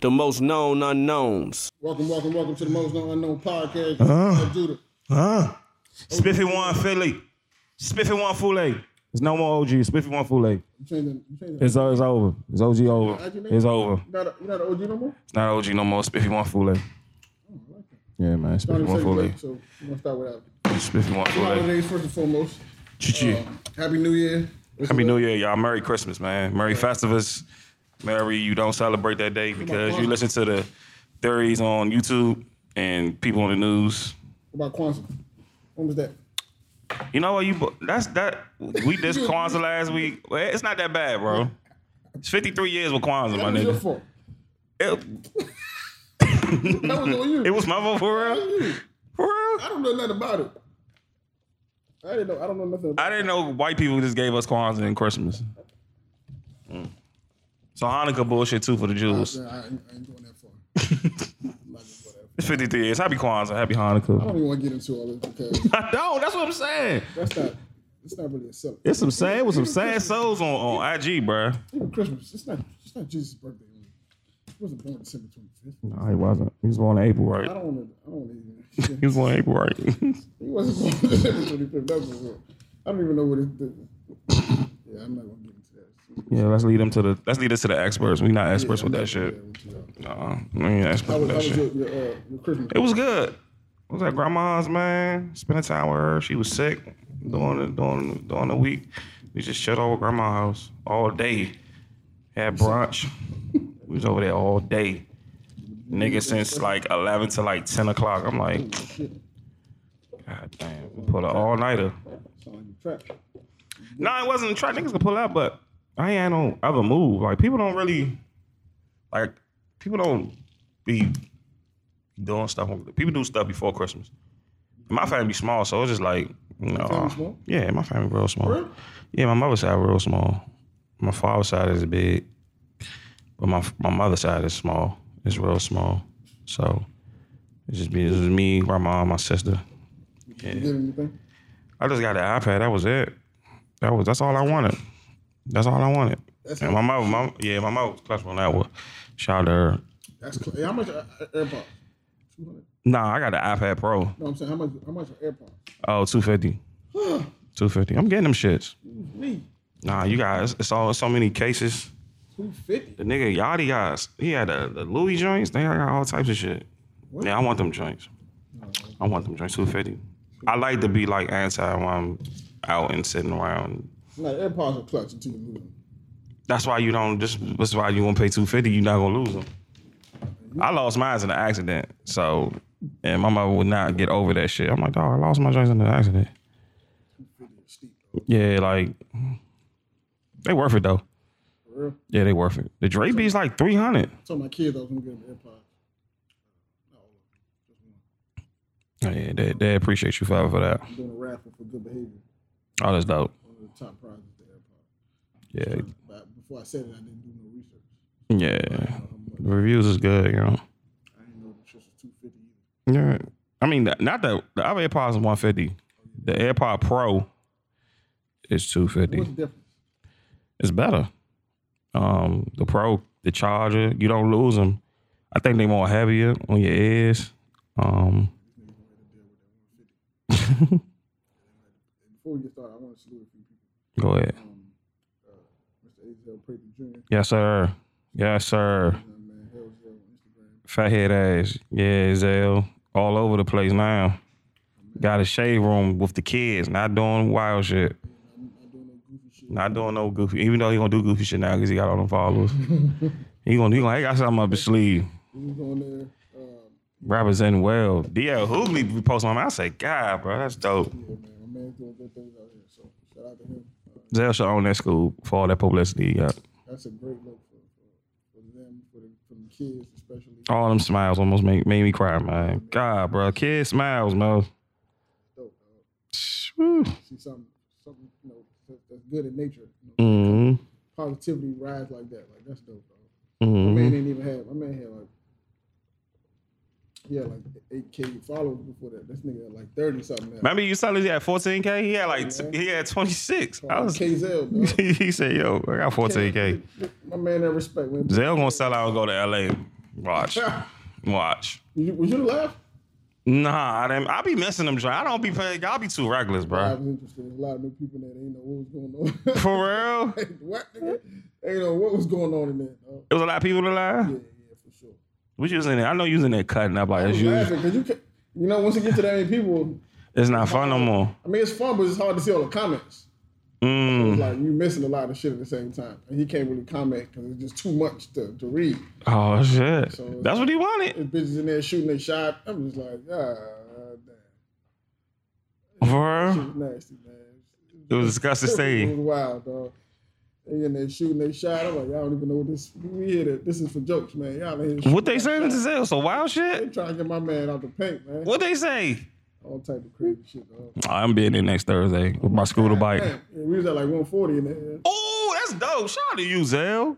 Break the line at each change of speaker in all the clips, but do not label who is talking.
the most known unknowns.
Welcome, welcome, welcome to the Most Known Unknown Podcast. Uh-huh. Judah.
Huh? Spiffy one Philly. Spiffy one Fule. It's no more OG. Spiffy one Fule.
You changing, you changing.
It's, it's over. It's OG over.
How'd you name
It's
it?
over.
You're not, a, you're not an OG no more?
It's not OG no more. Spiffy one Fule. Yeah, man.
Not
Spiffy
even
one
second
Fule.
grade, so we're going to start with
Spiffy one
that.
Fule.
Holidays, first and foremost.
Choo-choo.
Happy New Year.
Happy New Year, y'all. Merry Christmas, man. Merry Festivus. Merry you don't celebrate that day because you listen to the theories on YouTube and people on the news.
What about Kwanzaa? When was that?
You know what? You bu- that's that we did Kwanzaa last week. Well, It's not that bad, bro. It's 53 years with Kwanzaa,
That
my
was your
nigga.
fault.
It,
That was on you.
it was my fault for real. For
I
real.
don't know nothing about it. I didn't know. I don't know nothing about
I didn't know white people just gave us Kwanzaa and Christmas. Mm. So Hanukkah bullshit too for the
it.
Jews.
Nah, I, ain't, I ain't going that far. I'm not gonna go that far.
It's 53 years. Happy Kwanzaa. Happy
I
Hanukkah.
don't even want to get into all this because
I don't. That's what I'm saying.
that's not. It's not really a celebration.
It's some sad with some sad souls on, on IG, bruh.
Even Christmas. It's not. It's not Jesus' birthday. He wasn't born December twenty fifth.
No, he wasn't. He was born in April,
I
right?
don't want to. I don't want to.
He was born in April, right?
He wasn't born December twenty fifth. That was. wrong. I don't even know what it. did. Yeah, I'm not gonna get into that.
yeah, let's lead him to the let's lead us to the experts. We not experts with that shit.
shit.
No, we ain't
I
experts
was,
with
I
that
was
shit.
your, your, uh, your Christmas.
It was good. I was at grandma's, man. Spending time with her. She was sick during the during during the week. We just shut over at grandma's house all day. Had brunch. we was over there all day. Nigga since like eleven to like ten o'clock. I'm like,
Shit.
God damn, we pulled an all nighter.
Sound like a trap.
No, it wasn't a trap. Niggas could pull out, but I ain't had no other move. Like people don't really like people don't be doing stuff. on- People do stuff before Christmas. And my family small, so it's just like no.
family small?
Yeah, my family real small.
Really?
Yeah, my mother's side real small. My father's side is big, but my my mother's side is small. It's real small. So it's just be it's just me, grandma, my sister.
You get anything?
I just got an iPad. That was it. That was that's all I wanted. That's all I wanted.
That's
and my mom, my, yeah, my mom was clutch on that one. Shout out to her.
That's cl- hey, how much are are AirPods? Two hundred.
Nah, I got the iPad Pro.
No, I'm saying how much? How much are AirPods?
Oh, 250. 250. I'm getting them shits.
Me,
Nah, you guys, it's all it's so many cases.
two fifty.
The nigga Yachty guys, he had the, the Louis joints. They got all types of shit. Yeah, I want them joints. I want them joints. 250. I like to be like anti when I'm out and sitting around
Like AirPods are clutch until you lose them.
That's why you don't. Just that's why you won't pay two fifty. You're not gonna lose them. I lost mine in an accident, so and my mother would not get over that shit. I'm like, dog, I lost my joints in an accident. Yeah, like they worth it though.
For real.
Yeah, they worth it. The Dre beat's like three hundred.
I told my kids I was gonna get them AirPods. Uh,
Yeah, they, they appreciate you forever for that.
I'm doing a raffle for good behavior.
Oh, that's dope.
One of the top prizes the AirPods.
Yeah,
But before I said it, I didn't do no research.
yeah. The reviews is good, you know.
I didn't know the shit was two fifty either.
Yeah, I mean, the- not the the other AirPods is one fifty. The AirPod Pro is two fifty.
What's the difference?
it's better. Um, the Pro, the Charger, you don't lose them. I think they more heavier on your ears. Um,
Before we get started, I want to salute a few people.
go ahead.
Mr. Azel Prater Jr.
Yes, sir. Yes,
young
sir.
man, Hell's Hell on Instagram.
Fathead ass. Yeah, Zell. All over the place now. Got a shade room with the kids. Not doing wild shit.
I'm not doing no goofy shit.
Not doing no goofy. Even though he gonna do goofy shit now because he got all them followers. he gonna he gonna he got something up his sleeve.
We was on there. Um,
Representing well. DL Hoogly be posting on my I say, God, bro, that's dope.
yeah, man, my man's doing good things out here. So shout out to him. Uh,
Zell should own that school for all that publicity. Yeah.
that's a great look for, for, for them, for the, for the kids especially.
All them smiles almost made, made me cry, man. God, bro. Kid smiles, man.
Dope, dog.
Whew.
See something, something you know that, that's good in nature. You know,
Mhm.
positivity rise like that. Like that's dope, dog. My
Mhm.
man didn't even have. My man had like. Yeah, like 8K followers before that. This nigga had like 30 something now.
Remember you said he had 14K? He had like, t- he had 26. I was,
KZL, dog.
he said, yo, I got 14K.
My man that respect, man.
Zell gonna sell out and go to LA. Watch. Watch.
Was you, was you the last?
Nah, I didn't. I be missing them. Dre. I don't be playing. Y'all be too reckless,
I
bro.
was interested. There's a lot of new people that ain't know what was going on.
For real?
what? Nigga? Ain't know what was going on in there. dog.
It was a lot of people in
Yeah,
line.
yeah, for sure.
What you was in there? I know you was in there cutting up like as
It's
usual.
laughing 'cause you, can, you know, once you get to that many people,
It's not fun no more.
I mean, it's fun, but it's hard to see all the comments. It's
Mm.
like you missing a lot of shit at the same time, and he can't really comment because it's just too much to, to read.
Oh shit.
So-
That's what he wanted.
There's bitches in there shooting their shot. I'm just like, ah, damn,
For
shit
real.
was nasty, man.
It was disgusting
It was
scene.
wild, dog. They in there shooting their shot. I'm like, y'all don't even know what this. We here to, this is for jokes, man. Y'all in here. shooting
What they
their
saying
shot.
to say? So wild
They
shit.
trying to get my man out the paint, man.
What they say?
All type of crazy shit, dog.
I'm being there next Thursday with my scooter bike.
Damn, yeah, we was at like 140 in there.
Oh, that's dope. Shout out to you, Zell.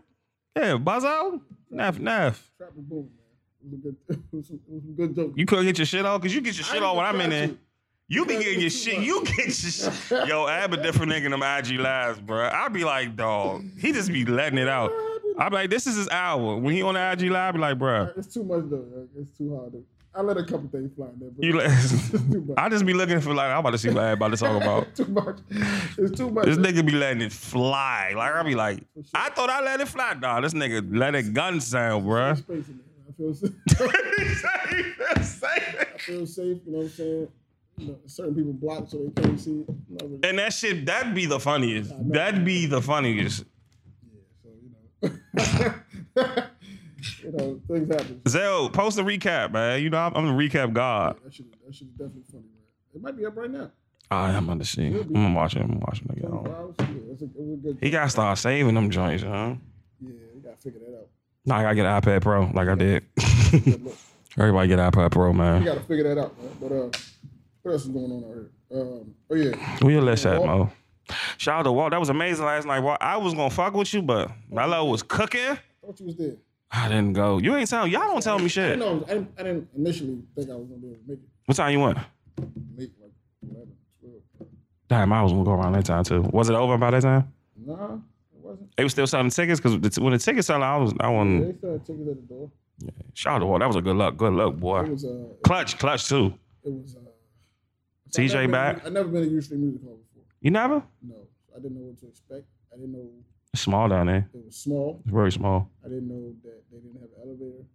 Yeah, Buzzo. Naff, naff.
Trap and boom, man. It was, a good, it was, some, it was some good jokes.
You couldn't get your shit off because you get your shit off when I'm in there. You be
Because
getting your
it's too
shit.
much.
You get your shit. Yo, Ab a different nigga in them IG lives, bro. I be like, dog. He just be letting it out. I be like, this is his hour. When he on the IG live, I be like, bro.
It's too much though. man. It's too hard. To, I let a couple things fly in there, but
You let,
it's too much.
I just be looking for like, I'm about to see what Ab about to talk about.
too much. It's too much.
This nigga be letting it fly. Like I be like, I thought I let it fly. Nah, this nigga let it gun sound, bruh.
Space in there. I feel safe. I feel safe. You know what I'm saying? You know, certain people block so they can't see. Not really.
and that shit, that'd be the funniest. That'd be the funniest.
So you know, you know things happen.
Zell, post a recap, man. You know I'm, I'm the recap god.
That shit, that shit is definitely funny, man. It might be up right now.
I am on the scene. Ah, I'm gonna watch it. I'm gonna watch it again.
Four hours? Yeah, it's a, it was a good.
Oh. He gotta start saving them joints, huh?
yeah, we gotta figure that out.
Nah, I gotta get an iPad Pro, like I did.
Good look.
Everybody get an iPad Pro,
We
man.
gotta figure that out, man. But uh, what else is going on out here? Um, oh yeah,
Where your list at, Mo? Shout out to Walt. That was amazing last night. Walt, I was gonna fuck with you, but my love was cooking.
thought you was there.
I didn't go. You ain't tell. Y'all don't tell me
I
shit.
know I didn't, I didn't initially think I was gonna be able to make it
What time you went?
late, like 11, 12.
Damn, I was gonna go around that time too. Was it over by that time?
Nah, it wasn't.
They was still selling tickets because when the tickets selling, I was I
They
wasn't.
started tickets at the door.
Shout out to Walt. That was a good luck. Good luck,
It
boy.
was uh,
Clutch, clutch too.
it was uh.
TJ
I never been-
back?
I never been to U Street Music Hall before.
You never?
No, I didn't know what to expect. I didn't know
It's small down there.
it was small.
It's very small.
I didn't know that they didn't have an elevator.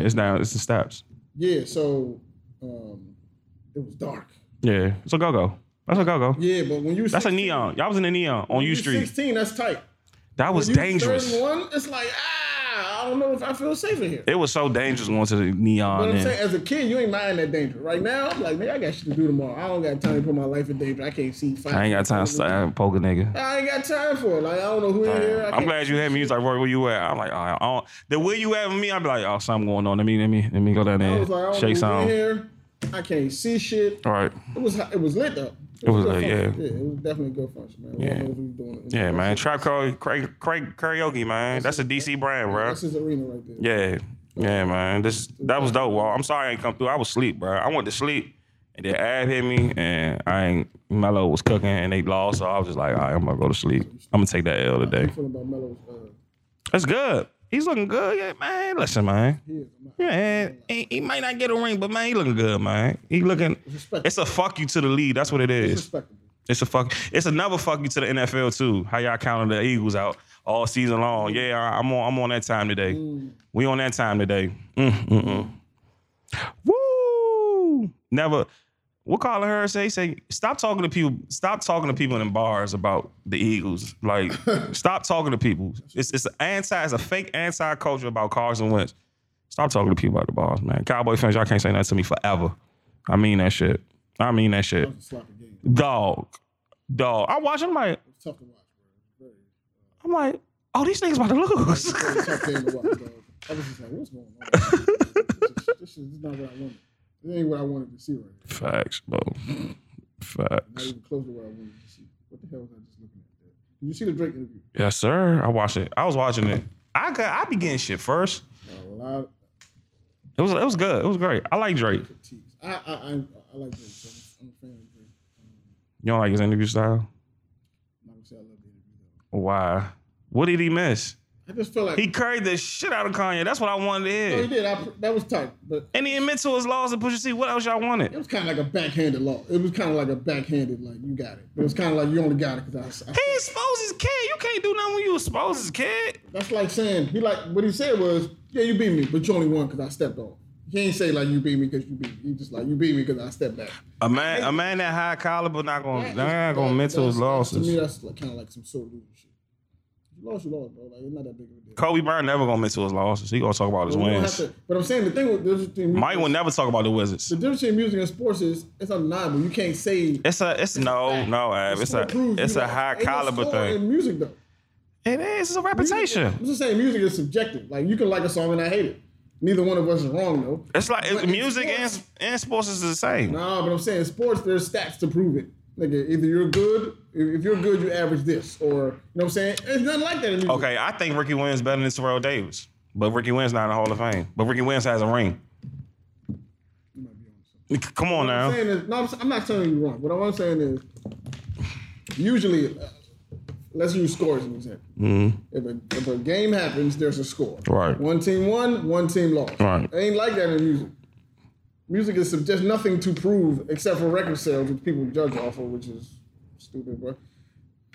Yeah, it's down. It's the steps.
Yeah, so um, it was dark.
Yeah, it's a go go. That's a go go.
Yeah, but when you
That's a neon. Y'all was in the neon on U Street.
Sixteen, that's tight.
That was
When you
dangerous.
31, it's like ah, I don't know if I feel safe in here.
It was so dangerous going to the
But
neon.
I'm
And
saying, as a kid, you ain't mind that danger. Right now, I'm like, man, I got shit to do tomorrow. I don't got time to put my life in danger. I can't see. Five
I ain't got time to start poke a nigga.
I ain't got time for it. Like I don't know who in here. I
I'm
can't-
glad you had me. He's like, Roy, where you at? I'm like, all right, I don't, the where you at with me? I'm like, oh, something going on. Let me, let me, let me go down
I
there,
was like, I don't
shake
know who in
some.
here. I can't see shit.
All right,
It was it was lit though.
It was
good
lit,
function.
yeah.
Yeah, it was definitely a good function, man. Yeah, doing it.
yeah, man. Trap Craig, Craig, Craig karaoke, man. That's a DC brand, bro.
That's his arena right there.
Yeah, yeah, man. This that was dope. Wall. I'm sorry I ain't come through. I was asleep, bro. I went to sleep, and then ad hit me, and I ain't Mello was cooking, and they lost. So I was just like, all right, I'm gonna go to sleep. I'm gonna take that L
How you
today.
feeling about Melo's? Uh,
That's good. He's looking good, yeah, man. Listen, man.
he is. I'm not-
Yeah, he, he might not get a ring, but man, he looking good, man. He looking.
Respect.
It's a fuck you to the league. That's what it is.
respectable.
It's a fuck. It's another fuck you to the NFL too. How y'all counted the Eagles out all season long? Yeah, I- I'm on. I'm on that time today. We on that time today. Mm, mm, mm. Woo! Never. What Colin Hurd say? Say stop talking to people. Stop talking to people in bars about the Eagles. Like stop talking to people. It's it's an anti. It's a fake anti culture about Carson Wentz. Stop talking to people about the bars, man. Cowboy fans, y'all can't say nothing to me forever. I mean that shit. I mean that shit.
It's a sloppy game.
Dog. Dog. I watch, I'm like,
It's tough to watch, bro.
I'm like, oh, these niggas about to lose.
Very, very tough game to watch, dog. I was just like, what's going on? this, is, this is not what I wanted. This ain't what I wanted to see right here.
Facts, bro.
Not
Facts.
even close to what I wanted to see. What the hell was I just looking at? There? Did you see the Drake interview?
Yes, sir. I watched it. I was watching it. I got I be getting shit first.
Got a lot of
It was it was good. It was great. I like Drake. You
critiques. I, I, I, I like Drake. So I'm a fan of Drake.
don't like his interview style?
I'm not gonna say I love the interview though.
Why? What did he miss?
I I just feel like
He carried the shit out of Kanye. That's what I wanted to
no, he
hear.
did. I, that was tight, but
And he admits to his loss and Pusha T. What else y'all
it
wanted?
was kind of like a backhanded law. It was kind of like a backhanded, like you got it. It was kind of like you only got it because I, I.
He exposed his kid. You can't do nothing when you expose his kid.
That's like saying he like what he said was, yeah, you beat me, but you only won because I stepped on. He ain't say like you beat me because you beat me. He just like you beat me because I stepped back.
A man, a man that high caliber not gonna,
That
not
is-
Oh, gonna
that-
admit to his
that's- To me,
losses.
that's like, kind of like some sore loser shit. You lost, you lost, bro. Like it's not that big of a deal.
Kobe Bryant never gonna admit to his losses. He gonna talk about his
We don't have
wins.
to, but I'm saying the thing with the difference between
Mike will
music,
never talk about the Wizards.
the difference between music and sports is it's undeniable. You can't say
It's a, it's no, Oh, no, Ab. It's a,
what proves
it's
you
a
are-
high
ain't no
caliber
score
thing.
In music though,
It is. It's a
Music-
reputation.
I'm just saying music is subjective. Like you can like a song and I hate it. Neither one of us is wrong though.
It's like it's
But in
music and,
sports-
and sports is the same.
Nah, but I'm saying sports. There's stats to prove it. Nigga, either you're good. If if you're good, you average this, or you know what I'm saying. It's nothing like that in music.
Okay, I think Ricky Williams better than Terrell Davis, but Ricky Williams not in the Hall of Fame. But Ricky Williams has a ring.
You might be on something.
C- Come on
I'm
now.
saying is, no, I'm, s- I'm not telling you wrong. What I'm saying is, usually, uh, let's use score as an example. If, a, if a game happens, there's a score.
Mm-hmm. Right.
One team won, one team lost.
Right.
It ain't like that in music. Music is sub- just nothing to prove except for record sales, which people judge off of, which is stupid, bro.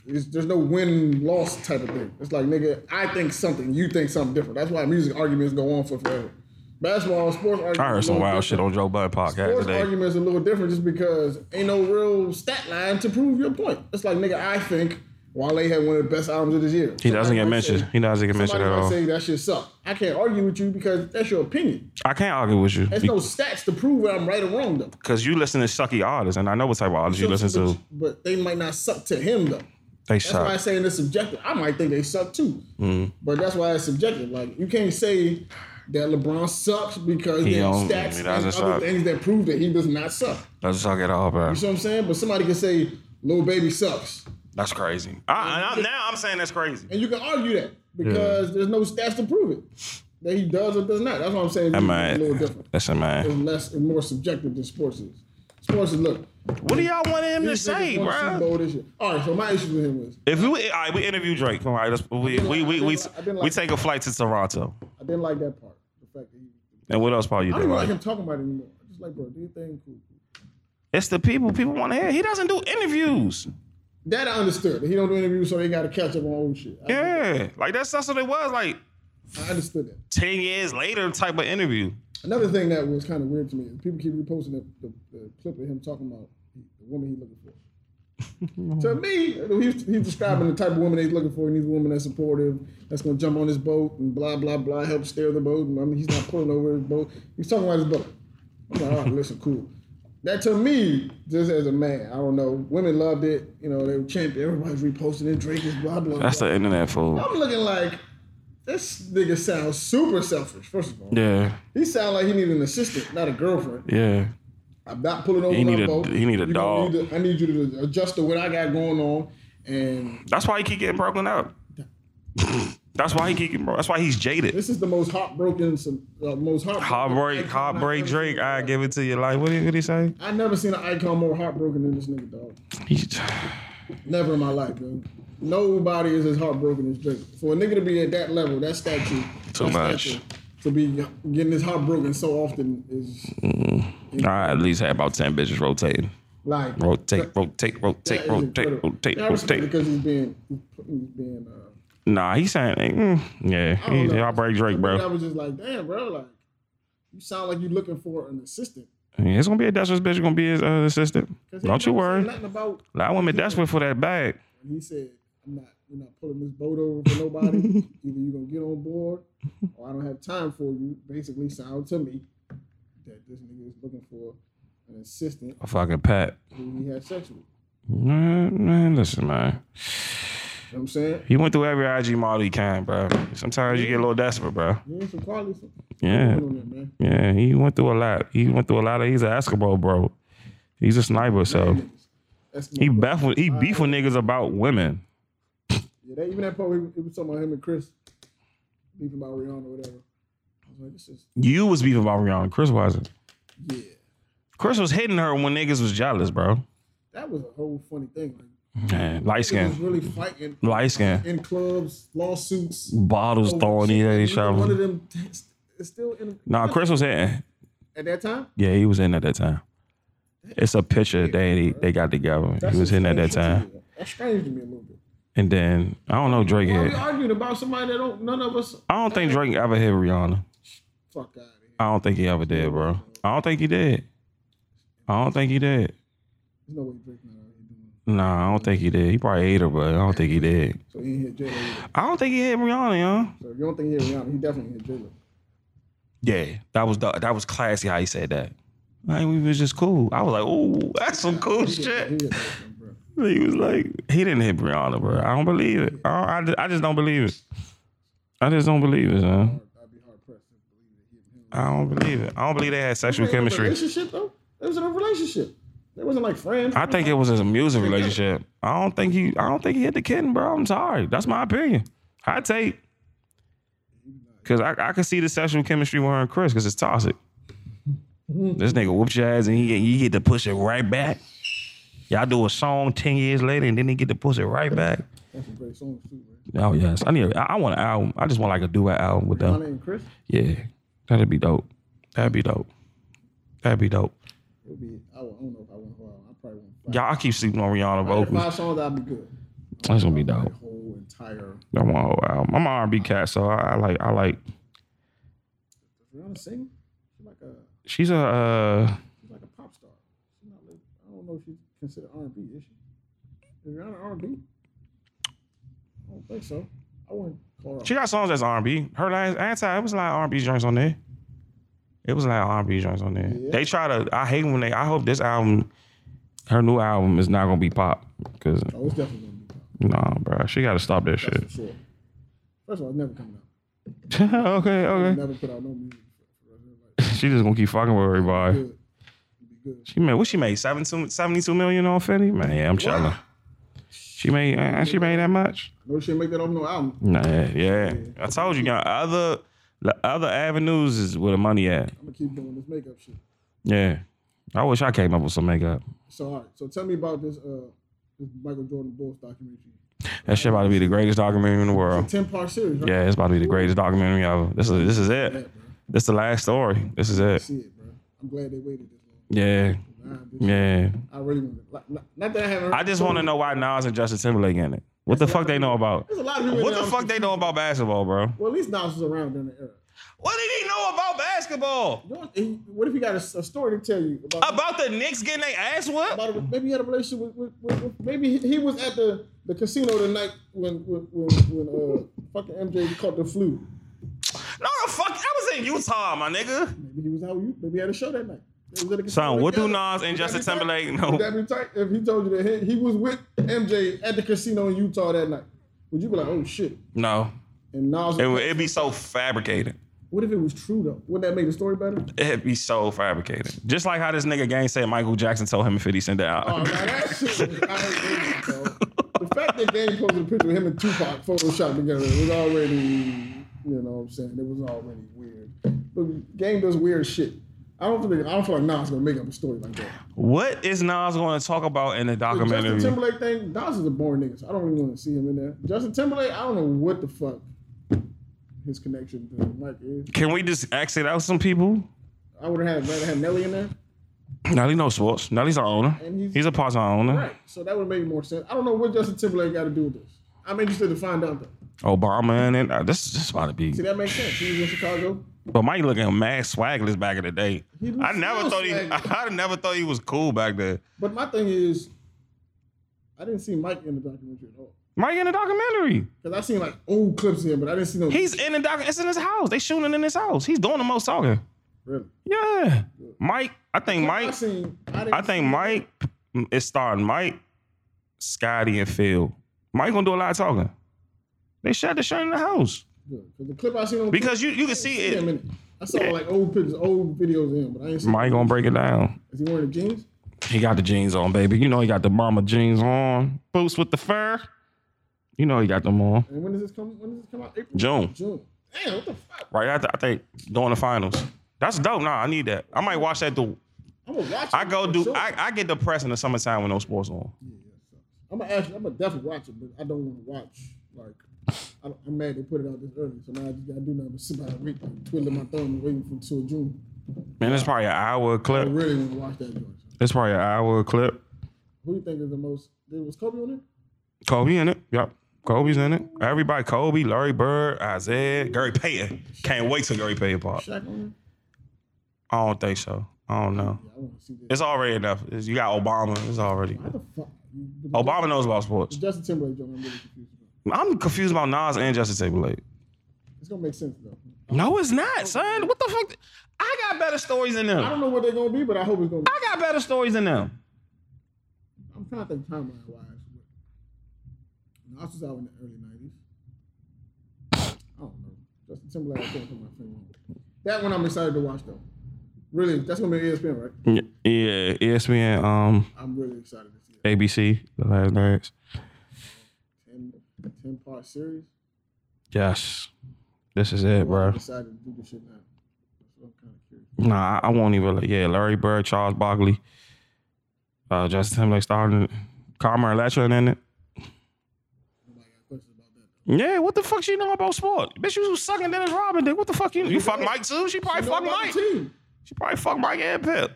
It's, there's no win loss type of thing. It's like, nigga, I think something, you think something different. That's why music arguments go on for forever. Basketball, sports arguments.
I heard some
go on
wild
different.
shit on Joe Budden podcast
Sports
today.
argument's a little different just because ain't no real stat line to prove your point. It's like, nigga, I think Wale had one of the best albums of this year.
He doesn't get mentioned. He doesn't get mentioned at
Somebody might
all.
say that shit suck. I can't argue with you because that's your opinion.
I can't argue with you
There's no stats to prove that I'm right or wrong though.
because you listen to sucky artists, and I know what type of artists you listen
but,
to.
but they might not suck to him though.
They
That's why I'm
suck.
saying it's subjective. I might think they suck too,
Mm-hmm.
but that's why it's subjective. Like you can't say that LeBron sucks because
He
there are
don't-
stats
he
and
doesn't
other
suck.
things that prove that he does not suck.
Doesn't suck at all, bro.
You know what I'm saying? But somebody can say Lil Baby sucks.
That's crazy. I, and I'm- now I'm saying that's crazy.
And you can argue that because there's no stats to prove it. That he does or does not. That's what I'm saying.
That
It's a little
man,
different.
that's a
It's
man.
less and more subjective than sports is. Sports is look.
What do y'all want him to
these niggas
say,
won the Super
bro?
Bowl this year. All right, so my issue with him was
If we, all right, we interview Drake. All right, let's, we, we, we, we, we take a flight to Toronto.
I didn't like that part. The fact that he
And what else, Paul? You
I don't
did
even like
right?
him talking about it anymore. I'm just like, bro, do your thing cool.
It's the people people want to hear. He doesn't do interviews.
That I understood. He don't do interviews, so they gotta catch up on old shit. I,
Yeah, like that's that's what it was. Like
I understood that.
ten years later, type of interview.
Another thing that was kind of weird to me is people keep reposting the, the, the clip of him talking about the woman he's looking for. to me, he's, he's describing the type of woman he's looking for. He needs a woman that's supportive, that's going to jump on his boat and blah, blah, blah, help steer the boat. And, I mean, he's not pulling over his boat. He's talking about his boat. I'm like, all right, listen, cool. That to me, just as a man, I don't know. Women loved it. You know, they were champion. Everybody's reposting it. Drake is blah, blah,
That's
blah.
the internet fool.
I'm looking like, this nigga sounds super selfish, first of all.
Yeah,
He sound like he need an assistant, not a girlfriend.
yeah.
I'm not pulling over
He
my
need a-
boat.
he need a
You gonna
dog.
need to- I need you to adjust to what I got going on. And
That's why he keep getting broken up. that's why he keep getting broken. That's why he's jaded.
this is the most heartbroken, some uh, most heartbroken.
Heartbreak,
icon I've
heartbreak,
ever
Drake.
seen.
I give it to you. Like what did what he say?
I never seen an icon more heartbroken than this nigga, dog.
He's,
Never in my life, bro. Nobody is as heartbroken as Drake. For a nigga to be at that level, that statue,
Too
that
much.
statue, to be getting his heart broken so often is
I at least had about ten bitches rotating.
like
Rotate, rotate,
that
rotate,
is
rotate,
incredible.
rotate,
And I respect it
rotate.
because he's being, he's being. Uh,
Nah, he's saying, mm, yeah,
I don't
he,
know.
y'all break Drake,
I
bro.
was just like, damn, bro, like you sound like you looking for an assistant.
Yeah, it's gonna be a desperate bitch. Gonna be his uh, assistant.
'Cause he
Don't you
never said
worry.
Nothing about
A lot of women desperate for that bag.
and he said, I'm not, you're not pulling this boat over for nobody. Either you're gonna get on board, or I don't have time for you. Basically, sound to me that this nigga is looking for an assistant
A fucking pet.
who he had sex with. You
Man, man, listen,
know
man.
what I'm saying?
He went through every IG model he can, bro. Sometimes you get a little desperate, bro.
You ain't some quality, some
Yeah,
shit on there, man.
yeah. He went through a lot. He went through a lot of. He's an Escobar, bro. He's a sniper, so
That's
he beef with he beef with niggas about women.
Yeah, they, even that part where it was talking about him and Chris beefing about Rihanna or whatever. I was like, this is
You was beefing about Rihanna. Chris wasn't.
yeah.
Chris was hitting her when niggas was jealous, bro.
that was a whole funny thing. Like,
Man, light
Niggas
skin,
really fighting
light skin,
in clubs, lawsuits.
bottles throwing these at each
Neither One of
other.
them t- is still in.
Nah, Chris was hitting.
At that time,
Yeah, he was in at that time. It's a picture they they got together. He was
just
hitting at that
strange to
time,
me. That's strange to me a little bit.
and then I don't know Drake
Why we
hit.
arguing about somebody that don't none of us?
I don't think Drake ever hit Rihanna.
Fuck out of here.
I don't think he ever did, bro. I don't think he did. I don't think he did.
There's no way Drake not out here doing. it.
Nah, I don't think he did. He probably ate her, but I don't think he did.
So he ain't hit J Lo.
I don't think he hit Rihanna, yo.
So if you don't think he hit Rihanna, he definitely hit J Lo.
Yeah, that was the, that was classy how he said that. Like we was just cool. I was like, oh, that's some cool
He
shit.
hit that one, bro.
He was like, he didn't hit Brianna, bro. I don't believe it. I, don't- I, ju- I just don't believe it. I just don't believe it, man.
I'd be hard pressed to believe it hit him.
I don't believe it. I don't believe they had
It
sexual
was a
chemistry.
Relationship though. It was in a relationship. They wasn't like friends.
I think it was a music relationship. I don't think he. I don't think he hit the kitten, bro. I'm sorry. That's my opinion. Hot take. Cause I, I could see the sexual chemistry with her and Chris, cause it's toxic. This nigga whoops your ass and he get, you get to push it right back. Y'all do a song ten years later and then he get to push it right back.
That's a great song too, man.
Oh yes, I need. A, I I want an album. I just want like a duet album with
Rihanna
them.
and Chris.
Yeah, that'd be dope. That'd be dope. That'd be dope.
It would be. I, would, I don't know if I want to hold on. I probably want five.
Y'all I keep sleeping on Rihanna
If I had
vocals.
five songs. I'd be good.
That's gonna be dope.
The whole entire.
I want a whole album. I'm an R&B cat, so I, I like. I like.
Rihanna sing? She's like a
She's a. Uh,
she's like a pop star. She's not. Like, I don't know if she's considered R and B. Is she? Is Rihanna R and B? I don't think so. I wouldn't call her.
she got songs that's R&B. Her last anti, it was a lot of R&B joints on there. It was a lot of R&B joints on there. They try to. I hate when they. I hope this album, her new album, is not gonna be pop. Cause
oh, it's definitely gonna be pop,
nah, bro, she gotta stop that shit.
for sure. First of all, it's never coming out.
okay, okay.
Never put out no music.
She just gonna keep fucking with everybody.
Good. It'd be good.
She made what she made 72, 72 million on Fetty? Man, yeah, I'm chilling. She made uh, she made that much?
No, she didn't make that off no album.
Nah, yeah, yeah. I told you, got other the other avenues is where the money at.
I'm gonna keep doing this makeup shit.
Yeah. I wish I came up with some makeup.
So all right. So tell me about this uh this Michael Jordan Bulls documentary.
That shit about to be the greatest documentary in the world.
Ten part series. Right?
Yeah, it's about to be the greatest documentary ever. This is this is it. This the last story. This is it.
See it, bro. I'm glad they waited this long.
Yeah.
Nah, bitch.
Yeah.
I really want to. Like, like, not that I haven't.
I just want to know why Nas and Justin Timberlake in it. What the fuck they know about?
There's a lot of people.
What
that
the
I'm-
fuck they know about basketball, bro?
Well, at least Nas was around during the era.
What did he know about basketball?
Don't- he- What if he got a, a story to tell you about?
About the Knicks getting their ass whipped?
about a- maybe he had a relationship with. with, with, with maybe he, he was at the, the casino the night when when when, when uh, fucking MJ caught the flu.
No, the fuck. I was in Utah, my nigga.
Maybe he was out. with you. Maybe he had a show that night. They was at a casino
Son, what do
together.
Nas and
Would that
Justin
be tight?
Timberlake
Would
know?
that be tight if he told you that he, he was with MJ at the casino in Utah that night? Would you be like, oh shit?
No.
And Nas,
It would it'd be so fabricated.
what if it was true though? Wouldn't that make the story better?
It'd be so fabricated. Just like how this nigga gang said Michael Jackson told him if 50 Cent out.
Oh, now that shit was outrageous, bro. The fact that Game posted a picture of him and Tupac photoshopped together was already, you know what I'm saying? It was already weird. But Game does weird shit. I don't think I don't feel like Nas gonna make up a story like that.
What is Nas going to talk about in the
The Justin
documentary?
Timberlake thing, Nas is a boring nigga, so I don't really want to see him in there. Justin Timberlake, I don't know what the fuck his connection to Mike is.
Can we just exit out some people?
I would have rather had Nelly in there.
Nelly knows sports. Nelly's our owner.
And he's-
He's a part owner.
Right. So that would make more sense. I don't know what Justin Timberlake got to do with this. I'm interested to find out though.
Obama in it. Uh, This, this is about to be.
See, that makes sense. He was in Chicago.
But Mike looking mad swagless back in the day.
He was
I never
still
thought he.
swaggly.
I never thought he was cool back then.
But my thing is, I didn't see Mike in the documentary at all.
Mike in the documentary.
Because I seen like old clips of him, but I didn't see no.
He's in the doc. It's in his house. They shooting in his house. He's doing the most talking.
really.
Yeah, Mike. I think
I
Mike.
seen. I, didn't
I think
see-
Mike mm, is starting. Mike, Scotty, and Phil. Mike gonna do a lot of talking. They shot the shit in the house
Good, 'cause the clip I seen on
because you you can see
I,
it.
I saw like old pictures, old videos of him, but I didn't see.
Mike gonna break it down.
Is he wearing the jeans?
He got the jeans on, baby. You know he got the mama jeans on. Boots with the fur. You know he got them on.
And when does this come? When does this come out? April.
June.
June. Damn, what the fuck?
Right after I think during the finals. That's dope. Nah, I need that. I might watch that. The
I'm gonna watch.
I
it
go
for
do.
sure.
I, I get depressed in the summertime with no sports on.
I'm gonna actually, I'm gonna definitely watch it, but I don't want to watch. Like, I, don't- I'm mad they put it out this early, so now I just gotta do nothing but sit by the week, twiddling my thumb, and waiting for till June.
Man, it's probably an hour
I
clip.
really want to watch that joint.
It's probably an hour clip.
Who you think is the most? There was Kobe on it.
Kobe in it. Yep. Kobe's in it. Everybody, Kobe, Larry Bird, Isaiah, Gary Payton. Can't wait till Gary Payton pop.
Shaq on
I don't think so. I don't
it.
know.
Yeah, I want to see that.
It's already enough. It's- you got Obama. It's already.
How the fuck? you-
Obama knows about sports.
Justin Timberlake joint. I'm really confused about.
I'm confused about Nas and Justin Timberlake.
It's gonna make sense though.
No, it's not, son. What the fuck? I got better stories than
I
them.
don't know what they're gonna be, but I hope it's gonna. Be.
I got better stories than them.
I'm trying to think timeline wise. Nas was out in the early '90s. I don't know. Justin Timberlake. I can't put my finger on. it. That one I'm excited to watch though. Really, that's gonna be E ESPN, right?
Yeah, E ESPN, um,
I'm really excited to see that.
ABC, the last dance.
Ten, ten part series.
Yes, this is it, bro.
I'm excited to do this shit now. So I'm kind of curious.
Nah, I I won't even. like- Yeah, Larry Bird, Charles Barkley, uh, Justin Timberlake starting, Karma Electra in it.
Nobody got questions about that. Though.
Yeah, what the fuck she know about sport? Bitch, you was sucking Dennis Rodman dick. What the fuck you? You fuck Mike too? She probably
She know
fuck
about
Mike.
the team.
She probably fuck Mike and Pip.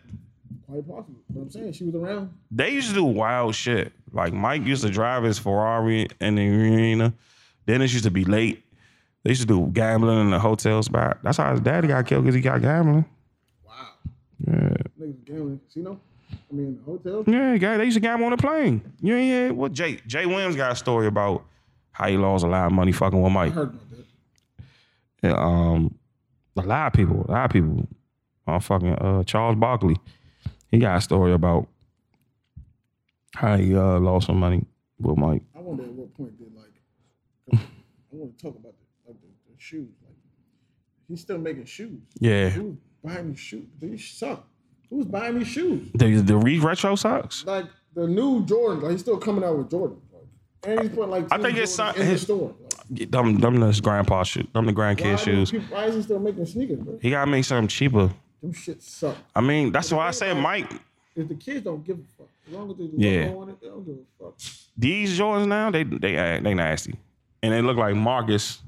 Quite possible. But I'm saying she was around.
They used to do wild shit. Like Mike used to drive his Ferrari in the arena. Dennis used to be late. They used to do gambling in the hotel spot. That's how his daddy got killed because he got gambling.
Wow.
Yeah.
Niggas gambling casino. I mean, the hotel.
Yeah, guy, they used to get him on the plane. You ain't hear what Jay Jay Williams got a story about how he lost a lot of money fucking with
I
Mike.
heard about that.
Yeah, um, a lot of people, a lot of people. Uh, fucking uh, Charles Barkley, he got a story about how he uh, lost some money with Mike.
I wonder at what point did like 'cause I want to talk about the, like, the, the shoes. Like he's still making shoes.
Yeah,
Who's buying these shoes? These suck. Who's buying these shoes?
the the re retro socks.
Like the new Jordan. Like he's still coming out with Jordan. Like, and he's putting like
I
10
think it's
Jordans
some-
in the
his-
store. Like,
Them them the grandpa shoes. Them the
why,
grandkid
do
shoes.
people- why is he still making sneakers, bro?
He gotta make something cheaper.
Them shit suck.
I mean, that's why I say Mike.
If the kids don't give a fuck, as long as they
Yeah.
don't want it, they don't give a fuck.
These Jordans now, they they they nasty, and they look like Marcus.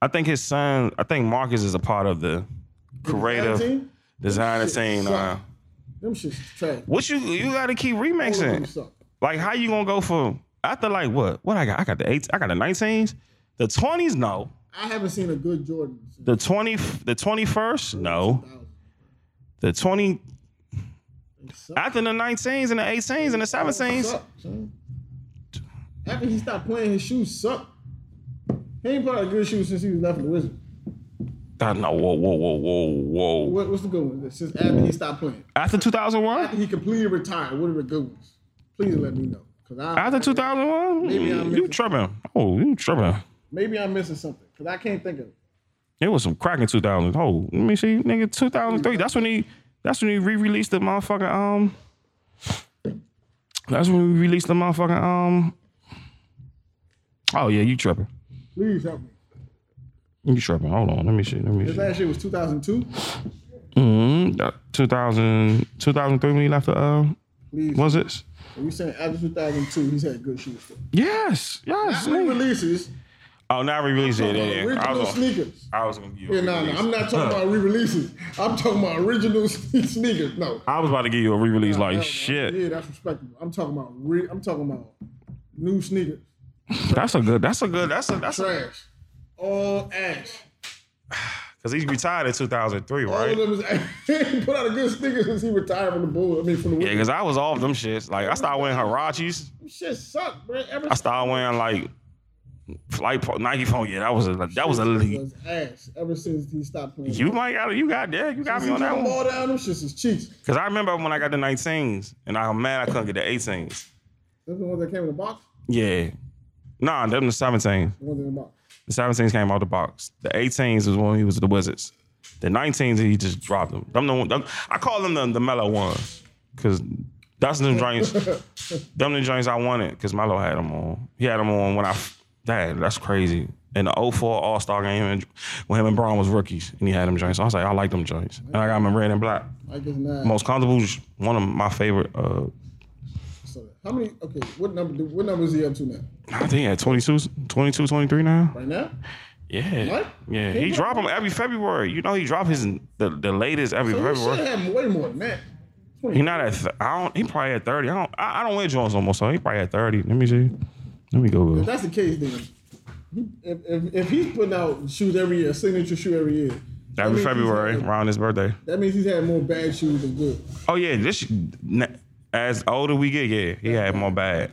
I think his son. I think Marcus is a part of the creative
Team,
designer
Shit
team.
suck.
Uh,
Them shit's trash.
what you you got to keep
All of them
remixing?
suck.
Like how you gonna go for after like what what I got? I got the eights. I got the nineteens. The twenties, no.
I haven't seen a good Jordan since
The twenty the twenty first, no.
2000.
The twenty
They suck.
after the nineteens and the eighteens and the seventeens.
Suck, son. After he stopped playing, his shoes suck. He ain't played a good shoe since he was left in the Wizards.
I know. Whoa whoa whoa whoa whoa.
What, what's the good one? Since after he stopped playing,
After two thousand one.
after he completely retired, what are the good ones? Please let me know, cause I
After 2001?
Maybe I'm
you
missing-
tripping. Oh, you tripping.
maybe I'm missing something, cause I can't think of. it.
It was some crack in 2000. Oh, let me see. Nigga, 2003. That's when he that's when he re-released the motherfucking um That's when we released the motherfucking um Oh yeah, you tripping.
Please help me.
You tripping. Hold on. Let me see. Let me
His
see.
last year was 2002.
Mm-hmm. 2000, 2003 when he left the uh
Please,
was it?
are you saying after 2002 he's had good shoes? Still.
Yes. Yes.
Not new
nigga.
releases,
Oh, not re-released it. Yeah, yeah. I
original
was gonna,
sneakers.
I was gonna give you a
Yeah, no, no,
re-release.
I'm not talking about re-releases. I'm talking about original sneakers. No,
I was about to give you a re-release like
Hell no.
shit.
Oh, Yeah, that's respectable. I'm talking about re- I'm talking about new sneakers.
That's a good. That's a good. That's a that's a
Trash. All ass.
because he retired in 2003,
All
right?
of them is He ain't put out a good sneaker since he retired from the Bulls. I mean from the
Yeah, because I was off them shits. Like I started wearing Harachis.
shit suck, bro. Every
I started wearing like flight po- Nike phone. Yeah, that was a that was a.
was ass ever since he stopped playing.
You might got you got yeah, you got me on that
Come
one.
all down, them shits is cheeks.
Cause I remember when I got the 19s and I'm mad I couldn't get the 18s.
That's the ones that came in the box.
Yeah. Nah, them the 17s.
The ones in the box.
The 17s came out the box. The 18s was when he was with the Wizards. The 19s he just dropped them. Them the one, them, I call them the, the mellow ones because that's the joints. them the joints I wanted because Melo had them on. He had them on when I. f- Dad, that's crazy. In the 04 All Star game and, when him and Braun was rookies and he had them joints. I was like, I like them joints. And I got them in red and black.
I guess not.
Most comfortable, is one of my favorite. Uh,
So How many? Okay, what number? Do, what number is he up to now?
I think he had 22, 22 23 now.
Right now?
Yeah.
What?
Yeah. He drop them every February. You know he drop his the, the latest every
So he should
February.
have way more than that.
He not at th- I don't he probably at 30. I don't I, I don't wear Jones no more, so he probably at 30. Let me see. Let me
If
go.
that's the case, then if, if, if he's putting out shoes every year, signature shoe every year, that means
Every
he's
February
had-
around his birthday.
that means he's had more bad shoes than good.
Oh yeah, this n- as older we get, yeah, he had more bad.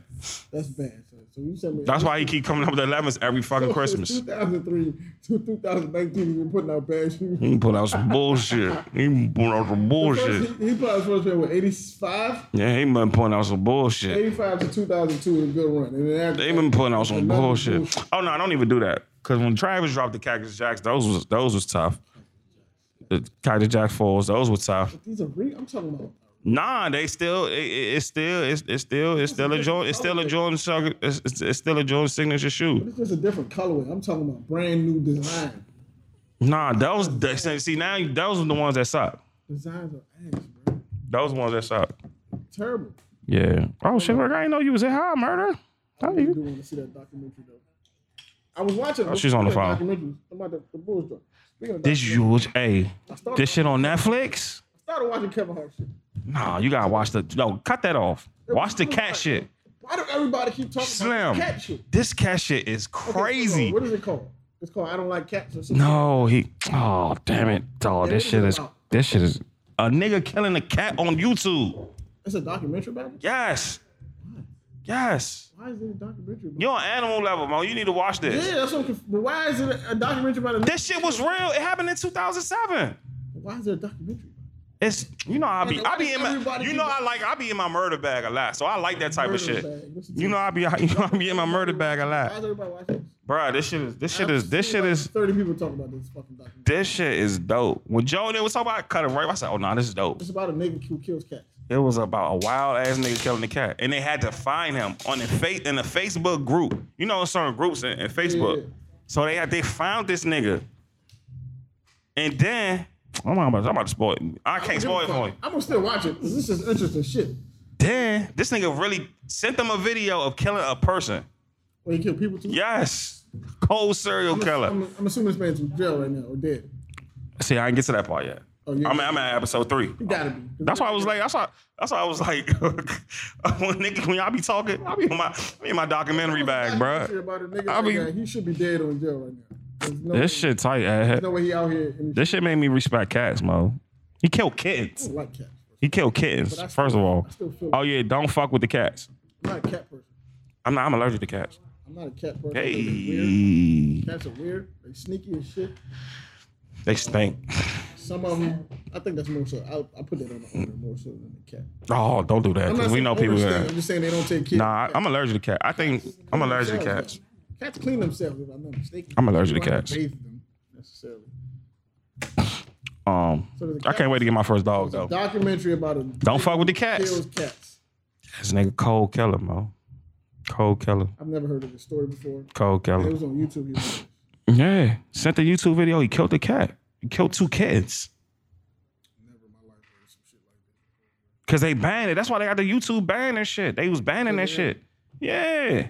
That's bad. So, so you tell me
That's why he keep coming up with elevens every fucking Christmas.
2003 to 2019, he been putting out bad shoes.
He put out some bullshit. He put out some bullshit.
First, he, he put out his first pair with 85,
Yeah, he been putting out some bullshit.
85 to 2002 was a good run, and then after
They been putting out some
Another
bullshit.
bullshit.
Oh no, I don't even do that. Cause when Travis dropped the Cactus Jacks, those was those was tough. The Cactus Jack fours, those were tough.
these are re- I'm talking about.
Nah, they still it, it- it's still it's, it's still it's still a Jordan it's still a Jordan sucker- it's, it's, it's still a Jordan signature shoe.
It's just a different colorway. I'm talking about brand new design.
Nah, those see now those are the ones that suck.
Designs are ass, bro.
Those ones that suck.
Terrible.
Yeah. Oh shit, I didn't know you was at high murder. How
I
you?
do want to see that documentary though. I was watching.
Oh, she's on the phone.
documentaries about the, the Bulls drug. Speaking of
This
documentaries,
huge, hey.
I started,
This shit on Netflix?
I started watching Kevin Hart shit.
Nah, you gotta watch the no. Cut that off. Watch the cat shit.
Why do everybody keep talking about
Slim.
cat shit?
This cat shit is
Okay,
crazy.
What is it called? It's called I don't like cats or something.
No, he. Oh damn it, dog. This shit is. This shit is. A nigga killing a cat on YouTube.
It's a documentary about it.
Yes. Yes.
Why is it a documentary? About it?
You're on animal level, man. You need to watch this.
Yeah, that's what. I'm conf- But why is it a, a documentary about it?
This shit was real. It happened in 2007.
Why is it a documentary?
It's you know I be I be in my
Everybody
you
keep-
know I like I be in my murder bag a lot, so I like that type of
Murder
shit.
bag. Listen to
You know I be you know I be in my murder bag a
Why
lot,
is everybody watching this?
Bruh, This shit is this shit is this
I've
shit
seen
is
like Thirty people talking about this fucking documentary.
this shit is dope. When Joe and it was talking about cut it right, I said, oh no, this is dope.
It's about a nigga who kills cats.
It was about a wild ass nigga killing the cat, and they had to find him on the face in the Facebook group. You know, certain groups in, in Facebook,
Yeah.
so they had they found this nigga, and then. I'm about, I'm about to spoil it. I can't spoil it for you.
I'm gonna still watch it. 'cause This is interesting shit.
Then this nigga really sent them a video of killing a person.
When he killed people too.
Yes. Cold serial killer.
I'm, I'm assuming this man's in jail right now or dead.
See, I didn't get to that part yet.
Oh, yeah.
I'm, I'm at episode three.
He gotta be.
That's why I was like, that's why, that's why I was like, when nigga, when y'all be talking, I be in my, I be in my documentary bag,
Documentary
bro.
About a nigga
I
like
mean-
that. he should be dead or in jail right now. There's no,
This shit tight, eh?
No way he out here. And he
This shit made me respect cats, mo. He killed
I
kittens.
don't like cats.
He killed kittens.
I still-
First of all,
I still feel-
oh yeah, don't fuck with the cats.
I'm not a cat person.
I'm not. I'm allergic to cats.
I'm not a cat person. I think they're weird.
Hey,
Cats are weird. They sneaky as shit.
they stink.
Some of them, I think that's more so. I, I put that on the owner more so than the cat.
Oh, don't do that.
I'm not
'cause we
saying
know
owners
people.
thing,
That,
I'm just saying they don't take care.
Nah, I, am allergic to cats. I think I'm allergic to cats.
Cats clean themselves, if I'm not mistaken.
I'm allergic to
You don't have
cats.
bathe them necessarily.
Um,
So there's a
I
cat-
can't wait to get my first dog
there's a
though.
documentary about a
Don't fuck with the
kills
cats.
cats.
This nigga Cole Keller, mo. Cole Keller.
I've never heard of this story before.
Cole
It
Keller.
was on YouTube. He was like,
Yeah. Sent the YouTube video. He killed the cat. He killed two kids. Cause they banned it. That's why they got the YouTube ban and shit. They was banning that shit. Yeah.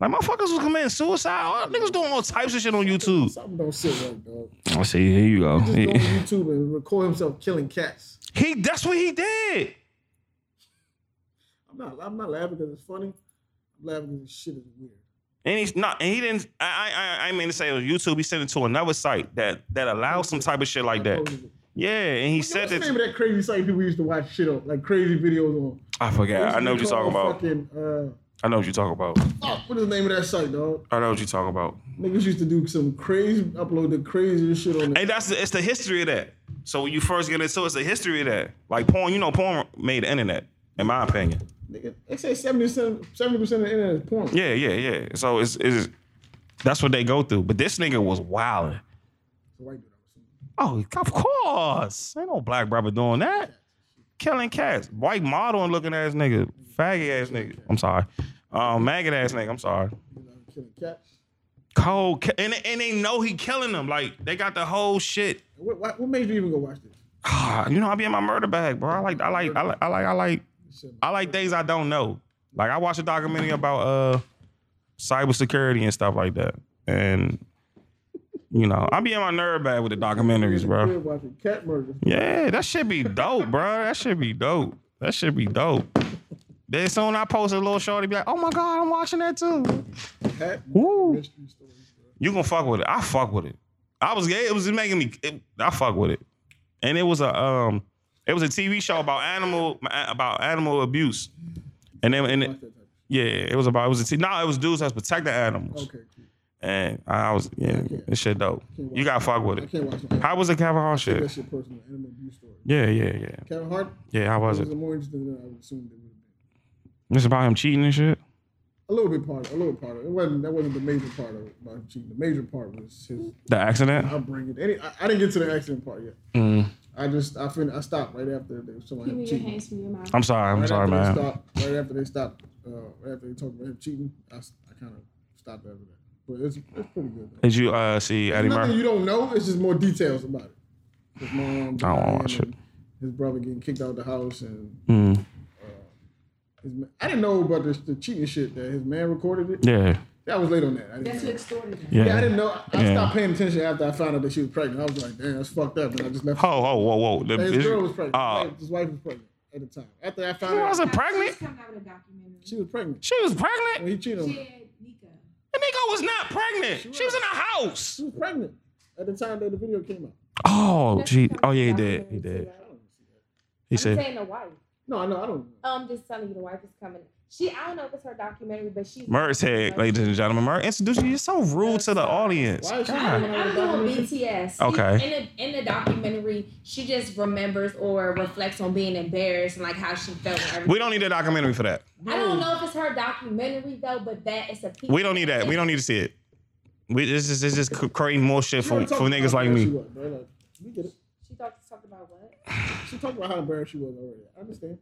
Like motherfuckers was committing suicide. All niggas doing all types of shit on YouTube.
Something don't sit right, dog.
I see. Here you go.
Just go on YouTube and record himself killing cats.
He. That's what he did.
I'm not. I'm not laughing because it's funny. I'm laughing because this shit is weird.
And he's not. And he didn't. I. I. I- I mean to say it was YouTube. He sent it to another site that that allows some type of shit like that. Yeah. And he said
What's the
that.
name of that crazy site people used to watch shit on, like crazy videos on?
I forgot. I know what
It's
you're talking
called
about.
Fucking,
I know what you're talking about.
uh, fuck, what is the name of that site, dog?
I know what you're talking about.
Niggas used to do some crazy, upload the craziest shit on. The,
And that's the, it's the history of that. So when you first get into it, it's the history of that. Like porn, you know, porn made the internet, in my opinion.
nigga, they say 70 percent of the internet is porn.
Yeah, yeah, yeah. So it's, it's that's what they go through. But this nigga was wilding.
It's a white dude, I'm assuming.
Oh, of course. Ain't no black brother doing that. Killing cats. White modeling looking ass nigga. Faggy ass nigga. I'm sorry. Um, maggot ass nigga. I'm sorry.
You know, killing cats.
Cold. Ca- and, and they know he killing them. Like, they got the whole shit.
What, what, what made you even go watch this?
Ah, you know, I be in my murder bag, bro. I like, I like, I like, I like, I like
Shit,
I like things I don't know. Like I watched a documentary about uh cybersecurity and stuff like that. And you know, I be in my nerve bag with the documentaries, bro.
crib watching cat murder.
Yeah, that should be dope, bro. That should be dope. That should be dope. Then soon I post a little shorty be like, oh my god, I'm watching that too.
Cat
Woo.
murder mystery stories, bro.
You gonna fuck with it? I fuck with it. I was yeah, it was making me. It, I fuck with it, and it was a um, it was a TV show about animal about animal abuse, and then and
I
it,
like that type of
yeah, it was about it was a t- no, it was dudes that's protecting animals,
shit. Okay, cool.
and I was yeah, this shit dope. You gotta fuck with
I
it.
can't watch no
How was the Kevin Hart
that
shit?
shit personal animal abuse story.
Yeah, yeah, yeah,
Kevin Hart
yeah. How was
was
it?
more interesting than I would assume it would have been.
It's about him cheating and shit.
A little bit part, a little part of it. it wasn't that wasn't the major part of it, about cheating. The major part was his
The accident.
upbringing. Any, I, I didn't get to the accident part yet.
Mm.
I just I fin- I stopped right after they someone
Keep
him
your
cheating.
hands from your mouth.
I'm sorry. I'm
right
sorry,
after they
man.
Stopped, right after they stopped, uh, right after they talked about him cheating, I, s- I kind of stopped after that. But it's it's pretty good. Though.
Did you uh see Eddie
Nothing
Murphy?
you don't know. It's just more details about it. His mom.
I don't
dying
watch it.
and His brother getting kicked out of the house and
Mm.
his ma- I didn't know about this, the cheating shit that his man recorded it.
Yeah,
That was late on that. I didn't
That's
know.
who extorted them.
yeah.
Yeah, I didn't know. I, I
Yeah.
stopped paying attention after I found out that she was pregnant. I was like, damn, that's fucked up. And I just left.
Ho, ho, whoa, whoa. The,
And his
is-
girl was pregnant.
uh,
His wife- his wife was pregnant at the time. After I found
Who
out,
was it? pregnant?
She's coming out with a documentary.
she was pregnant.
she was pregnant.
When he cheated on her.
She
She
had Nika.
The nigga was not pregnant. She was in a house.
was pregnant at the time that the video came out.
Oh,
That's
gee.
the kind
Oh,
of
yeah, he
documentary
did. He did.
you see, right?
He
I'm
said,
saying the wife.
No, I know. I don't know.
I'm just telling you, the wife is coming. She, I don't know if it's her documentary, but she's.
Murr said, ladies and gentlemen, Murr, introduce you. You're so rude to the audience.
Why is she
I
God.
don't, I don't know what BTS. She-
Okay.
in, the, in the documentary, she just remembers or reflects on being embarrassed and like how she felt. and everything.
We don't need a documentary for that.
I don't know if it's her documentary though, but that is a. Piece
We don't need that. We don't need to see it. We, this is this is c- creating more shit
She
for,
talked
for
about
niggas
how
like
embarrassed
me.
She, was, bro. Like, we get it.
She talked talked about what?
she talked about how embarrassed she was already. I understand.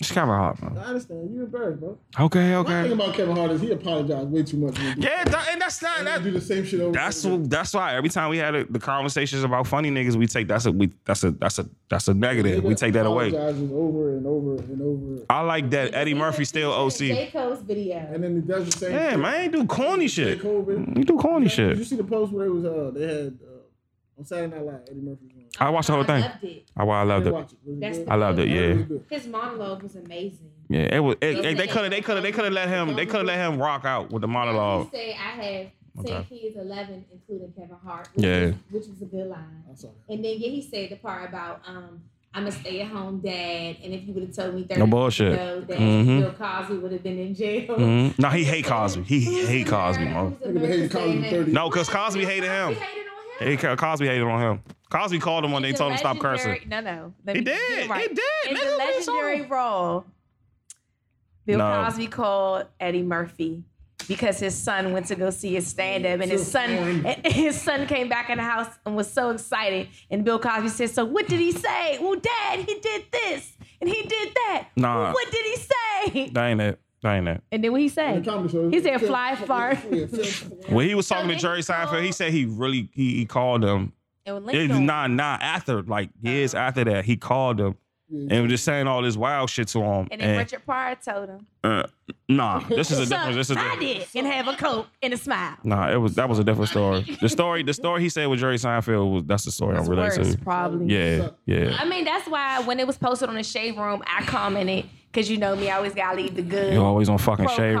It's kind of hot, man.
I understand. You embarrassed, bro.
Okay,
My thing
okay.
about Kevin Hart is he apologized way too much. when he did-
Yeah, that, and that's not
when he
that.
do the same shit over.
That's
and over.
that's why every time we had a, the conversations about funny niggas, we take that's a we that's a that's a that's a negative. We
Nigga
take that away.
Apologizes over and over and over,
I like that Eddie Murphy still OC.
Jayco's video.
and then he does the same.
Yeah,
thing.
man, do corny shit.
COVID.
You do corny
Did you
shit.
see the post where it was? Uh, they had uh, on Saturday Night Live. Eddie Murphy was on.
I watched the whole
I
thing.
loved it.
I, I
I
loved
didn't
it.
watch it. Was it
That's
good?
the-
I loved it.
I heard it was
Yeah,
good.
His monologue was amazing.
yeah. It was. It, it- they could have. They could have. They could have let him. They could have let him rock out with the monologue.
He said, "I have ten kids, eleven, including Kevin Hart." Which
Yeah.
is, which was a good line.
I saw that.
And then yeah, he said the part about um, I'm a stay at home dad, and if you would have told me thirty
No
years
bullshit.
ago that
Mhm.
Bill Cosby would have been in jail.
hmm No, he hate Cosby. He hate Cosby, bro.
Nigga, they hated Cosby for 30
No, cause Cosby hated him. He, Cosby hated on him. Cosby called him when they told him to stop cursing.
No, no. Let
He
me get
did.
it right.
He did.
In the
Nigga, what is on?
legendary role, Bill
No.
Cosby called Eddie Murphy because his son went to go see his stand-up, and his son and his son came back in the house and was so excited. And Bill Cosby said, "So what did he say? Well, Dad, he did this and he did that.
Nah.
Well, what did he say?
That ain't it. That ain't it.
And then what he
In
say?
the comedy show,
He said,
Phil-
"Fly
Phil-
far."
Phil- Phil-
When he was talking to
then
Jerry
he
Seinfeld, he
called-
said he really he, he called him.
And
It's
Lincoln,
not not after like
Uh-huh.
years after that he called him and was just saying all this wild shit to him.
Mm-hmm. and then Richard Pryor told him,
uh, nah, this is a
"Son,
different. This is a
I
different.
did, and have a coke and a smile."
Nah, it was that was a different story. The story, the story he said with Jerry Seinfeld was that's the story
That's
I'm relating
worse,
to.
probably.
Yeah, yeah.
I mean, that's why when it was posted on the shade room, I commented because you know me, I always gotta leave the good.
You always on fucking
pro
shade Mm. room.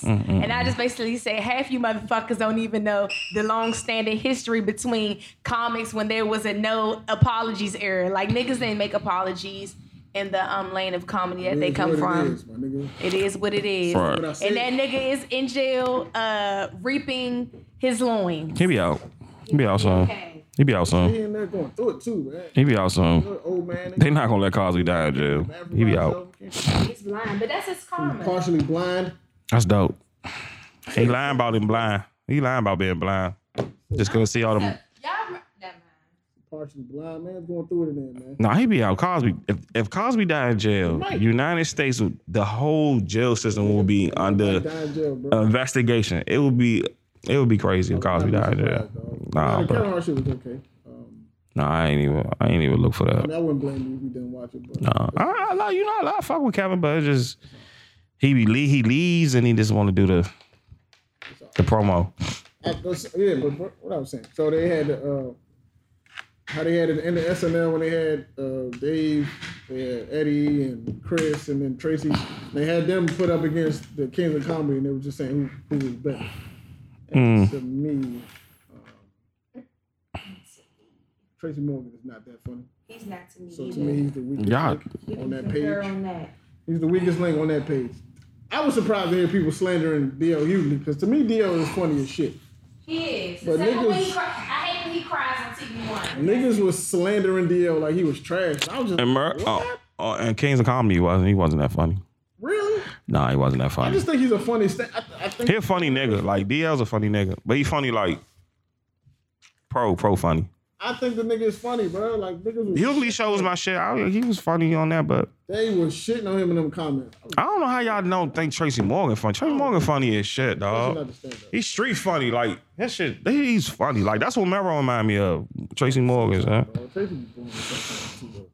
comments.
Mm-mm.
And I just basically said, half you motherfuckers don't even know the long-standing history between comics when there was a no apologies era. Like niggas didn't make apologies in the um lane of comedy that they
It's
come
what it
from.
is, my nigga.
It is what it is.
Right.
What I
And
said.
that nigga is in jail, uh, reaping his loins.
He be out. He be out soon.
Okay.
He be out
He
soon.
in there going through it too, man.
He be out soon.
You're an Old man.
They not gonna let Cosby die in jail. He be out.
He's blind, but that's his karma.
Partially blind.
That's dope. He lying about him blind. He lying about being blind. Just gonna see all them.
Y'all, re- never mind.
Partially blind. Man's going through it in there, man.
Nah, he be out. Cosby. If, if Cosby died in jail, United States, would- the whole jail system will be under
Die in jail, bro.
Uh, investigation. It would be. It would be crazy if Cosby died in jail.
Nah,
Nah,
the
bro.
Kevin Hart shit was okay. Um,
Nah, I ain't even. I ain't even look for
I
that.
mean, I wouldn't blame you if you didn't watch about your brother.
Uh, I, I like you know I like fuck with Kevin, but it's just he be le- he leaves and he just want to do the the promo.
I- that's- yeah, but what, what I was saying. So they had uh, how they had it in the SNL when they had uh, Dave, they had Eddie and Chris, and then Tracy. They had them put up against the Kings of Comedy, and they were just saying who, who was better. And to me, um, Tracy Morgan is not that funny.
He's not to me.
So to
either.
me, he's the weakest
Yeah.
link on that
Concur
page.
on that.
He's the weakest link on that page. I was surprised to hear people slandering D.O. Hughley because to me, D.O. is funny as shit.
He is.
But
But niggas, when he
niggas-
cry, I hate when he cries on TV one.
Niggas was slandering DL like he was trash. I was just
And Mer-
like, what?
oh, oh, and Kings of Comedy he wasn't he wasn't that funny.
really.
Nah, he wasn't that
I
funny.
just think he's a funny. St- I, I think
He a funny nigga. Like DL's a funny nigga, but he funny like pro pro funny.
I think the nigga is funny, bro. Like niggas was,
Hughley shows my shit. I, he was funny on that, but
they was shitting on him in them comments. I
I don't know how y'all don't think Tracy Morgan funny. Tracy Morgan funny as shit,
don't
dog.
understand that.
He's street funny. Like that shit. He's funny. Like that's what Mero remind me of. Tracy Morgan, huh?
bro. Tracy be doing that shit too,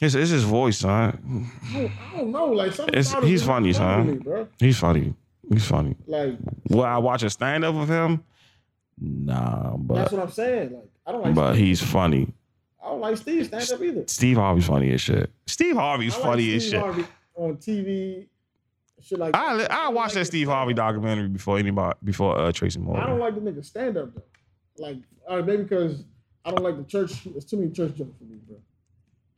It's, it's his voice, son.
bro. I don't, I don't know. Like something
It's-
about it
he's
is
funny, son.
to me, bro.
He's funny. He's funny.
Like
Will I watch a stand up of him? Nah,
that's
but
what I'm saying. Like I don't like.
but he's funny.
I don't like Steve stand up either.
Steve Harvey's funny as shit. Steve Harvey's
I like
funny as
Steve
shit.
Harvey on TV, shit like.
I li- I watched that
like
Steve
his-
Harvey documentary before anybody before uh, Tracy
I don't
Morgan.
like the nigga stand up though. Like, all right, maybe because I don't like the church. It's too many church jokes for me, bro.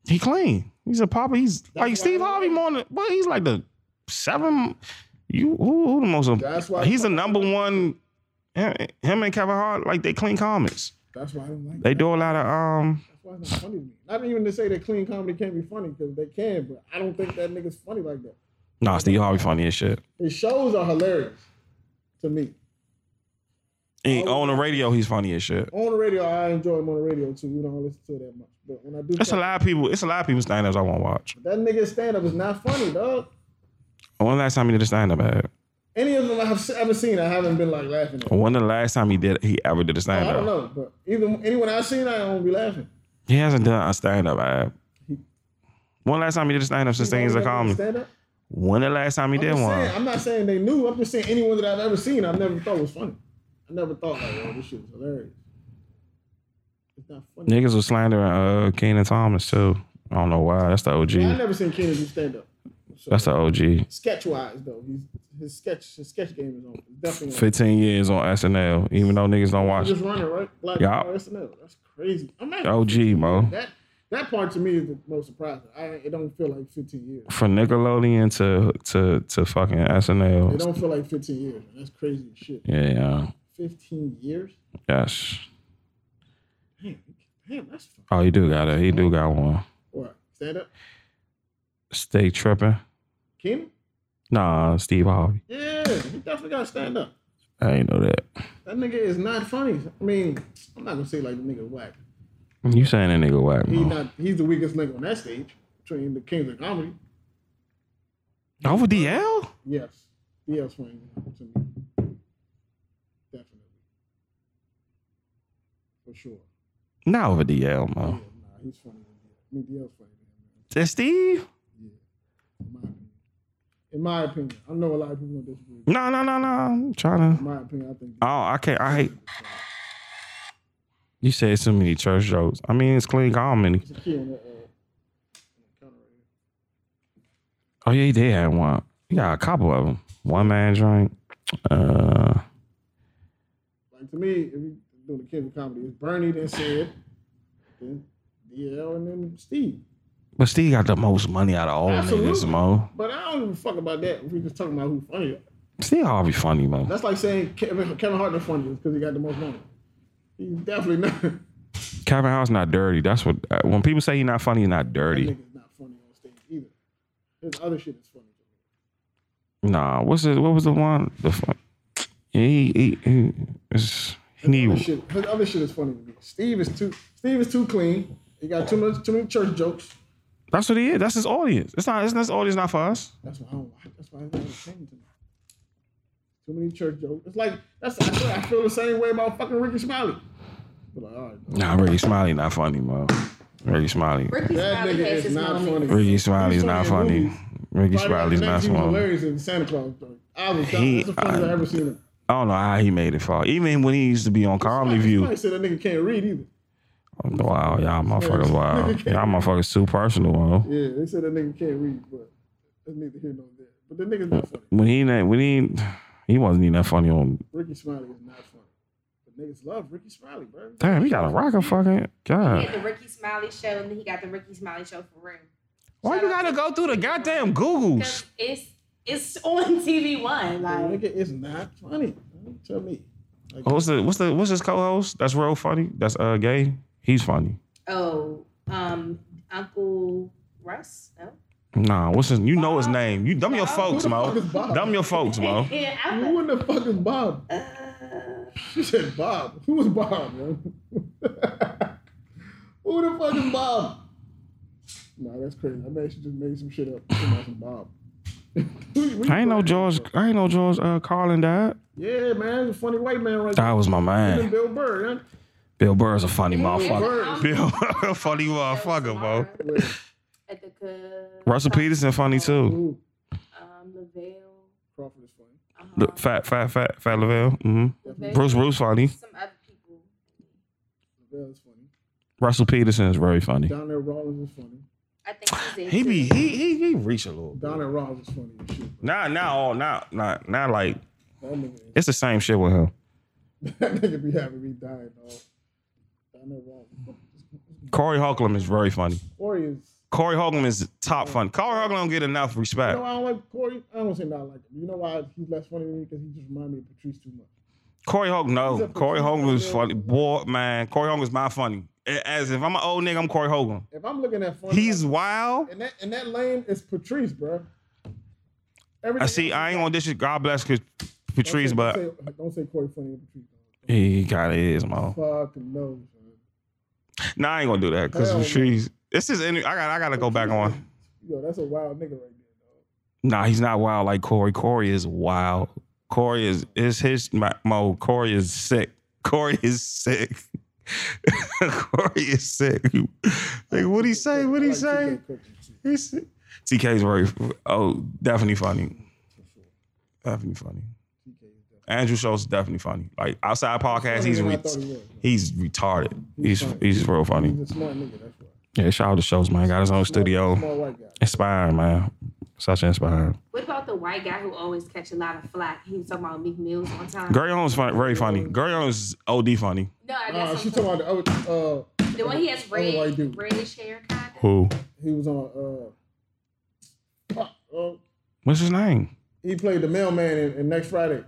He clean. He's a papa. He's
why I
like Steve
don't
Harvey.
like
More than well, he's like the seven. You who, who the most?
That's why-
he's the number one. Him him and Kevin Hart like they clean comments.
That's why I don't like.
They
it.
do a lot of um.
That's why it's not funny to me. Not even to say that clean comedy can't be funny because they can, but I don't think that nigga's funny like that.
Nah, Steve Harvey funny as shit.
His shows are hilarious to me.
And
Oh,
on the radio, he's funny as shit.
On the radio, I enjoy him on the radio too. You don't listen to it that much, but when I do,
It's a
try-
lot of people. It's a lot of people stand ups I won't watch.
That nigga stand up is not funny, dog.
When the last time he did a stand up ad?
Any of them I've se- ever seen, I haven't been like laughing. at.
When the last time he did he ever did
Oh,
a
I
stand
don't
up?
know, but either anyone I've seen, I don't be laughing.
He hasn't done a stand up ad. When the last time he did a stand up since things are comedy?
Stand up.
When the last time he did
I'm, just
one?
saying, I'm not saying they knew. I'm just saying anyone that I've ever seen, I've never thought was funny. I never thought like, oh, this shit is hilarious. It's not funny.
Niggas was slandering uh Keenan Thomas too. I don't know why. That's the
I
OG.
never seen Kennedy do stand up.
That's the OG.
Sketch wise though, he's, his sketch his sketch game is on definitely. on.
15 years on SNL, even though niggas don't
He's
watch
just running right, like
Yeah.
oh, SNL. That's crazy. I'm not
OG, bro.
that that part to me is the most surprising. I it don't feel like 15 years.
From Nickelodeon to to to fucking
It
SNL.
don't feel like 15 years. man. That's crazy as shit.
Yeah, yeah.
15 years.
Yes.
Damn, damn, that's fun.
Oh, you do got it. He do got one.
What stand up?
Stay tripping.
Keenan?
Nah, Steve Harvey.
Yeah, he definitely got to stand up.
I ain't know that.
That nigga is not funny. I mean, I'm not gonna say like the nigga whack.
You saying that nigga whack,
He
man.
not. He's the weakest link on that stage between the kings of comedy.
Over DL?
Yes, he has funny to me. Definitely, for sure.
Not over DL,
Yeah, nah,
man.
he's funny. I mean, DL's funny.
That's Steve?
In my opinion, in my opinion, I know a lot of people gonna disagree. In
No, no, no, no. I'm trying to.
my opinion, I think.
Oh, I can't. I hate. You said so many church jokes. I mean, it's clean comedy.
There's a key on that. Uh, counter right here.
Oh, yeah, he did have one. He got a couple of them. One man drink. Uh,
Like to me, if you doing the kid comedy, it's Bernie then said, then DL and then Steve.
but Steve got the most money out of all niggas,
Absolutely.
mo.
But I don't give a fuck about that. If we just talking about who funny.
Steve Harvey funny, mo.
That's like saying Kevin, Kevin Hart the funniest because he got the most money. He's definitely not. That
Calvin House not dirty. That's what. Uh, when people say he's not funny, he's not dirty.
nigga's not funny on stage either. His other shit is funny.
Nah, what's it? What was the one? The fun. He he he. It's,
His
he need.
shit, his other shit is funny to me. Steve is too. Steve is too clean. He got too much, too many church jokes.
That's what he is. That's his audience. It's not. It's not his audience. Not for us.
That's why I don't watch. That's why it's not entertaining to me. Too many church jokes. It's like that's. I feel, I feel the same way about fucking Ricky Smiley. But like, all right, bro.
Nah, Ricky Smiley not funny, man. Ricky Smiley.
Ricky
That
Smiley
nigga
has
is
his
not
moments.
funny.
Ricky Smiley is not
He's funny in
funny.
movies.
Ricky
Friday Night
Smiley's not
Lights, he was
funny.
hilarious in Santa Claus. Story. I was
He-
that's the funniest I,
I-
ever seen him.
I don't know how he made it far. Even when he used to be on Comedy View.
Somebody said that nigga can't read either.
Wow, y'all motherfuckers, wow. Y'all motherfuckers too personal, bro.
Yeah, they said that nigga can't read, but that's neither here nor there. But the nigga's not funny.
When he, not- when he, he wasn't even that funny on.
Ricky Smiley is not funny. But niggas love Ricky Smiley, bro.
Damn, he got a rocker fucking.
He had
God.
the Ricky Smiley show, and then he got the Ricky Smiley show for real.
Why you gotta go through the goddamn Googles?
It's it's on TV One.
The
Like
nigga is not funny. Don't Tell me. Like,
Oh, What's the what's the what's his co-host? That's real funny. That's uh gay. He's funny.
Oh, um, Uncle Russ? No.
Nah, what's his? You know his name. You dumb your folks,
Who the
Mo.
fuck is Bob?
Dumb your folks, Mo.
yeah, I
Who in the fuck is Bob? She said Bob. Who is Bob, bro? Who the fuck is Bob? Nah, that's crazy. I bet she just made some shit up. She knows some Bob.
I ain't know George. I ain't know George uh, Carlin died.
Yeah, man, he's a funny white man right there.
That was my
And
man.
Bill Burr, huh?
Bill Burr's a funny
Burr.
motherfucker. Bill, funny motherfucker, Mo.
Wait,
At the Cub,
Russell Peterson funny too.
who?
um, Lavelle,
Crawford is funny.
The fat, fat, fat, fat Lavelle. Mm-hmm.
Lavelle,
Bruce, Bruce funny.
some other people.
Lavelle is funny.
Russell Peterson is very funny.
Donnell Rawlins is funny.
I think he's
He
into
be
it.
he he he reach a little. bit.
Donnell Rawlins is funny as shit.
Nah, nah, all nah, nah, nah. Like
That nigga,
it's the same shit with him.
that nigga be having me dying, dog. Donnell Rawlins.
Corey Holcomb is very funny.
Corey is.
Corey Holcomb is top fun. Corey Holcomb don't get enough
You
respect.
know why I don't like Corey? I don't say not like him. You know why he's less funny than me? Because he just reminds me of Patrice too much.
Corey Holcomb, no.
Except for
Corey
Keith
Holcomb is
Lavelle.
funny. Boy, man, Corey Holcomb is my funny. A- As if I'm an old nigga, I'm Corey Holcomb.
If I'm looking at funny,
He's wild.
and that and that lane is Patrice, bro. Everything
I see.
else
I
is-
ain't gonna dish it. God bless Chris- Patrice,
don't
but
say, don't say Corey funny than Patrice. Dog.
he got his mo.
Fuck no, son.
Nah, I ain't gonna do that because
Hell no.
Patrice. This is. any- I got. I gotta go back on.
Yo, that's a wild nigga right there,
Nah, he's not wild like Corey. Corey is wild. Corey is is his my- mo. Corey is sick. Corey is sick. Corey is sick. Like what he say?
dog.
What
I
he
like
say?
TK Cookie, too.
He's sick. TK's very oh definitely funny. Definitely funny. Andrew Schultz is definitely funny. Like outside podcast, he's
Funnier than I
re-
thought he was.
he's retarded. He's
funny.
he's real funny.
He's a smart nigga. That's why.
Yeah, shout out to Schultz, man. Got his own studio.
Smart white guy.
Inspiring, man. Such inspiring.
What about the white guy who always catch a lot of flack? He was talking about Meek Mills one time.
Gary Holmes fun, very funny. Gary Holmes is OD funny.
no, I
Uh,
guess
she's talking about the other. Uh,
the one he has
Other white dude.
red, reddish hair, kind of.
Who?
he was on. Uh, fuck, uh,
What's his name?
he played the mailman in, in Next Friday.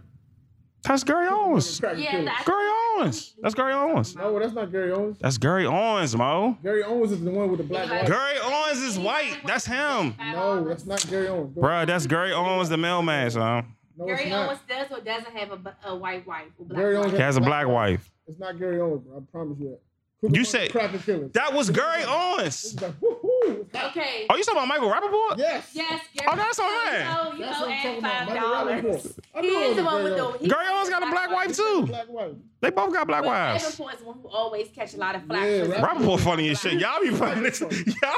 That's Gary Owens.
Crack
Yeah,
killer.
that-
Gary Owens. That's Gary Owens.
No, that's not Gary Owens.
That's Gary Owens, Mo.
Gary Owens is the one with the black.
Gary-
wife.
Gary Owens is white. That's him.
No, that's not Gary Owens. Go-
Bruh, that's Gary Owens, the mailman, son.
no,
Gary
it's not.
Owens does or doesn't have a, bu- a white wife. Or black
Gary
wife.
Owens
He has a black wife.
It's not Gary Owens, bro. I promise you that. Cooper
You
Bunch of
said-
crack and killers.
That was Gary Owens.
It's like, woo-hoo.
Okay.
Are you talking about Michael Rappaport?
Yes.
Yes, Gary.
Oh, that's all right.
Oh, you
That's
owe
what I'm talking
Ed
about.
five
Michael
dollars.
Rappaport. I
He
knew it
is
was
the one with
Gary
the.
Owens.
he-
Gary Owens got a black wife too.
Black wife.
They both got black
But
wives.
Rappaport is one who always catch a lot of flack.
Yeah,
for his-
Rappaport-
Rappaport funny as shit. Y'all be paying this. Y'all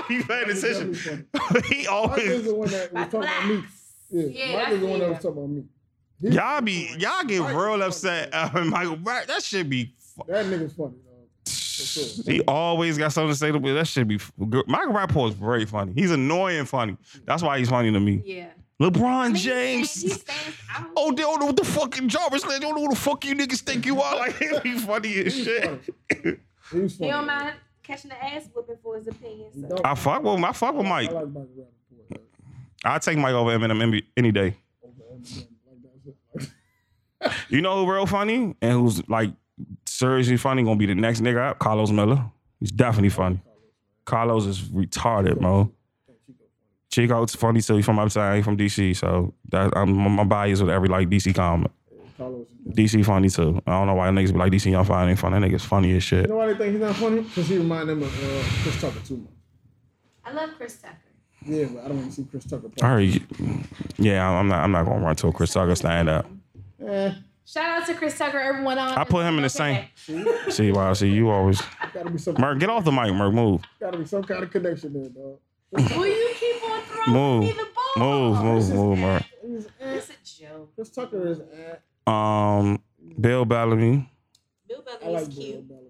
be paying attention. He
Michael's the
always.
one that was talking about me.
Blacks.
Yeah,
Yeah,
Michael's the
I see
one that was
that.
talking about me.
Y'all be. Y'all get real upset. Uh, Michael. Rapp- That should be. fu-
That nigga's funny, dog. For sure.
He always got something to say to me. That should be f- good. Michael Rapport is very funny. He's annoying funny. That's why he's funny to me.
Yeah.
LeBron
He
James.
stands out.
Oh, they don't know what the fucking job is. They don't know who the fuck you niggas think you are. Like, he funny as shit.
He's funny.
He don't mind catching the ass whipping for his opinion. So.
Dog,
I fuck with him. I fuck with Mike.
I like Michael Rappaport. dog.
I take Mike over Eminem any- any day.
Like, that's it. Like,
You know who real funny and who's like seriously funny gonna be the next nigga up? Carlos Miller. He's definitely funny. Carlos is retarded, bro. Chico's funny too. He's from upside. He's from DC, so that I'm my bias with every like DC comic.
Carlos is down.
DC funny too. I don't know why niggas be like DC Young Fire ain't funny. That nigga's funny as shit.
You know why they think he's not funny? Because he reminds them of uh, Chris Tucker too much.
I love Chris Tucker.
Yeah, but I don't want to see Chris Tucker.
All right, yeah, I'm not. I'm not gonna run to a Chris Tucker stand up.
Eh,
Shout out to Chris Tucker, everyone on.
I put him in the same.
Okay.
See, wow, see, you always.
Gotta be some,
Merc, get off the mic, Merc. Move,
gotta be some kind of connection there, dog.
Will you keep on throwing me
move,
the ball?
move, move, move, Merc.
It's a joke.
eh, Chris Tucker is eh, at.
Um, Bill Bellamy.
Bill
I
Bellamy
like
is
Bill
cute.
Bellamy.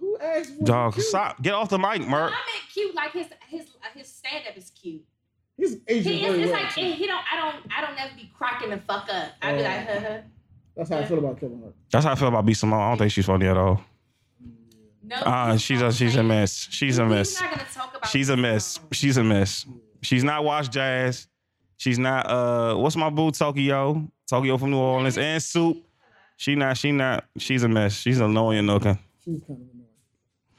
Who asked for
Dog,
cute?
stop. Get off the mic,
I
Merc.
meant cute, like his his his stand up is cute.
He's aging
He
very
is, it's
well.
like
too.
he don't. I don't. I don't ever be cracking the fuck up. I be
Oh.
like, huh, huh.
That's how I feel about Kevin Hart.
That's how I feel about B. Simone. I don't think she's funny at all.
No,
Uh, she's a she's a mess. She's a mess.
We're not gonna talk about.
She's a
this
mess.
song.
She's a mess. She's not Wash Jazz. She's not uh what's my boo Tokyo? Tokyo from New Orleans and Soup. She not she not she's a mess. She's annoying looking.
She's kind of annoying.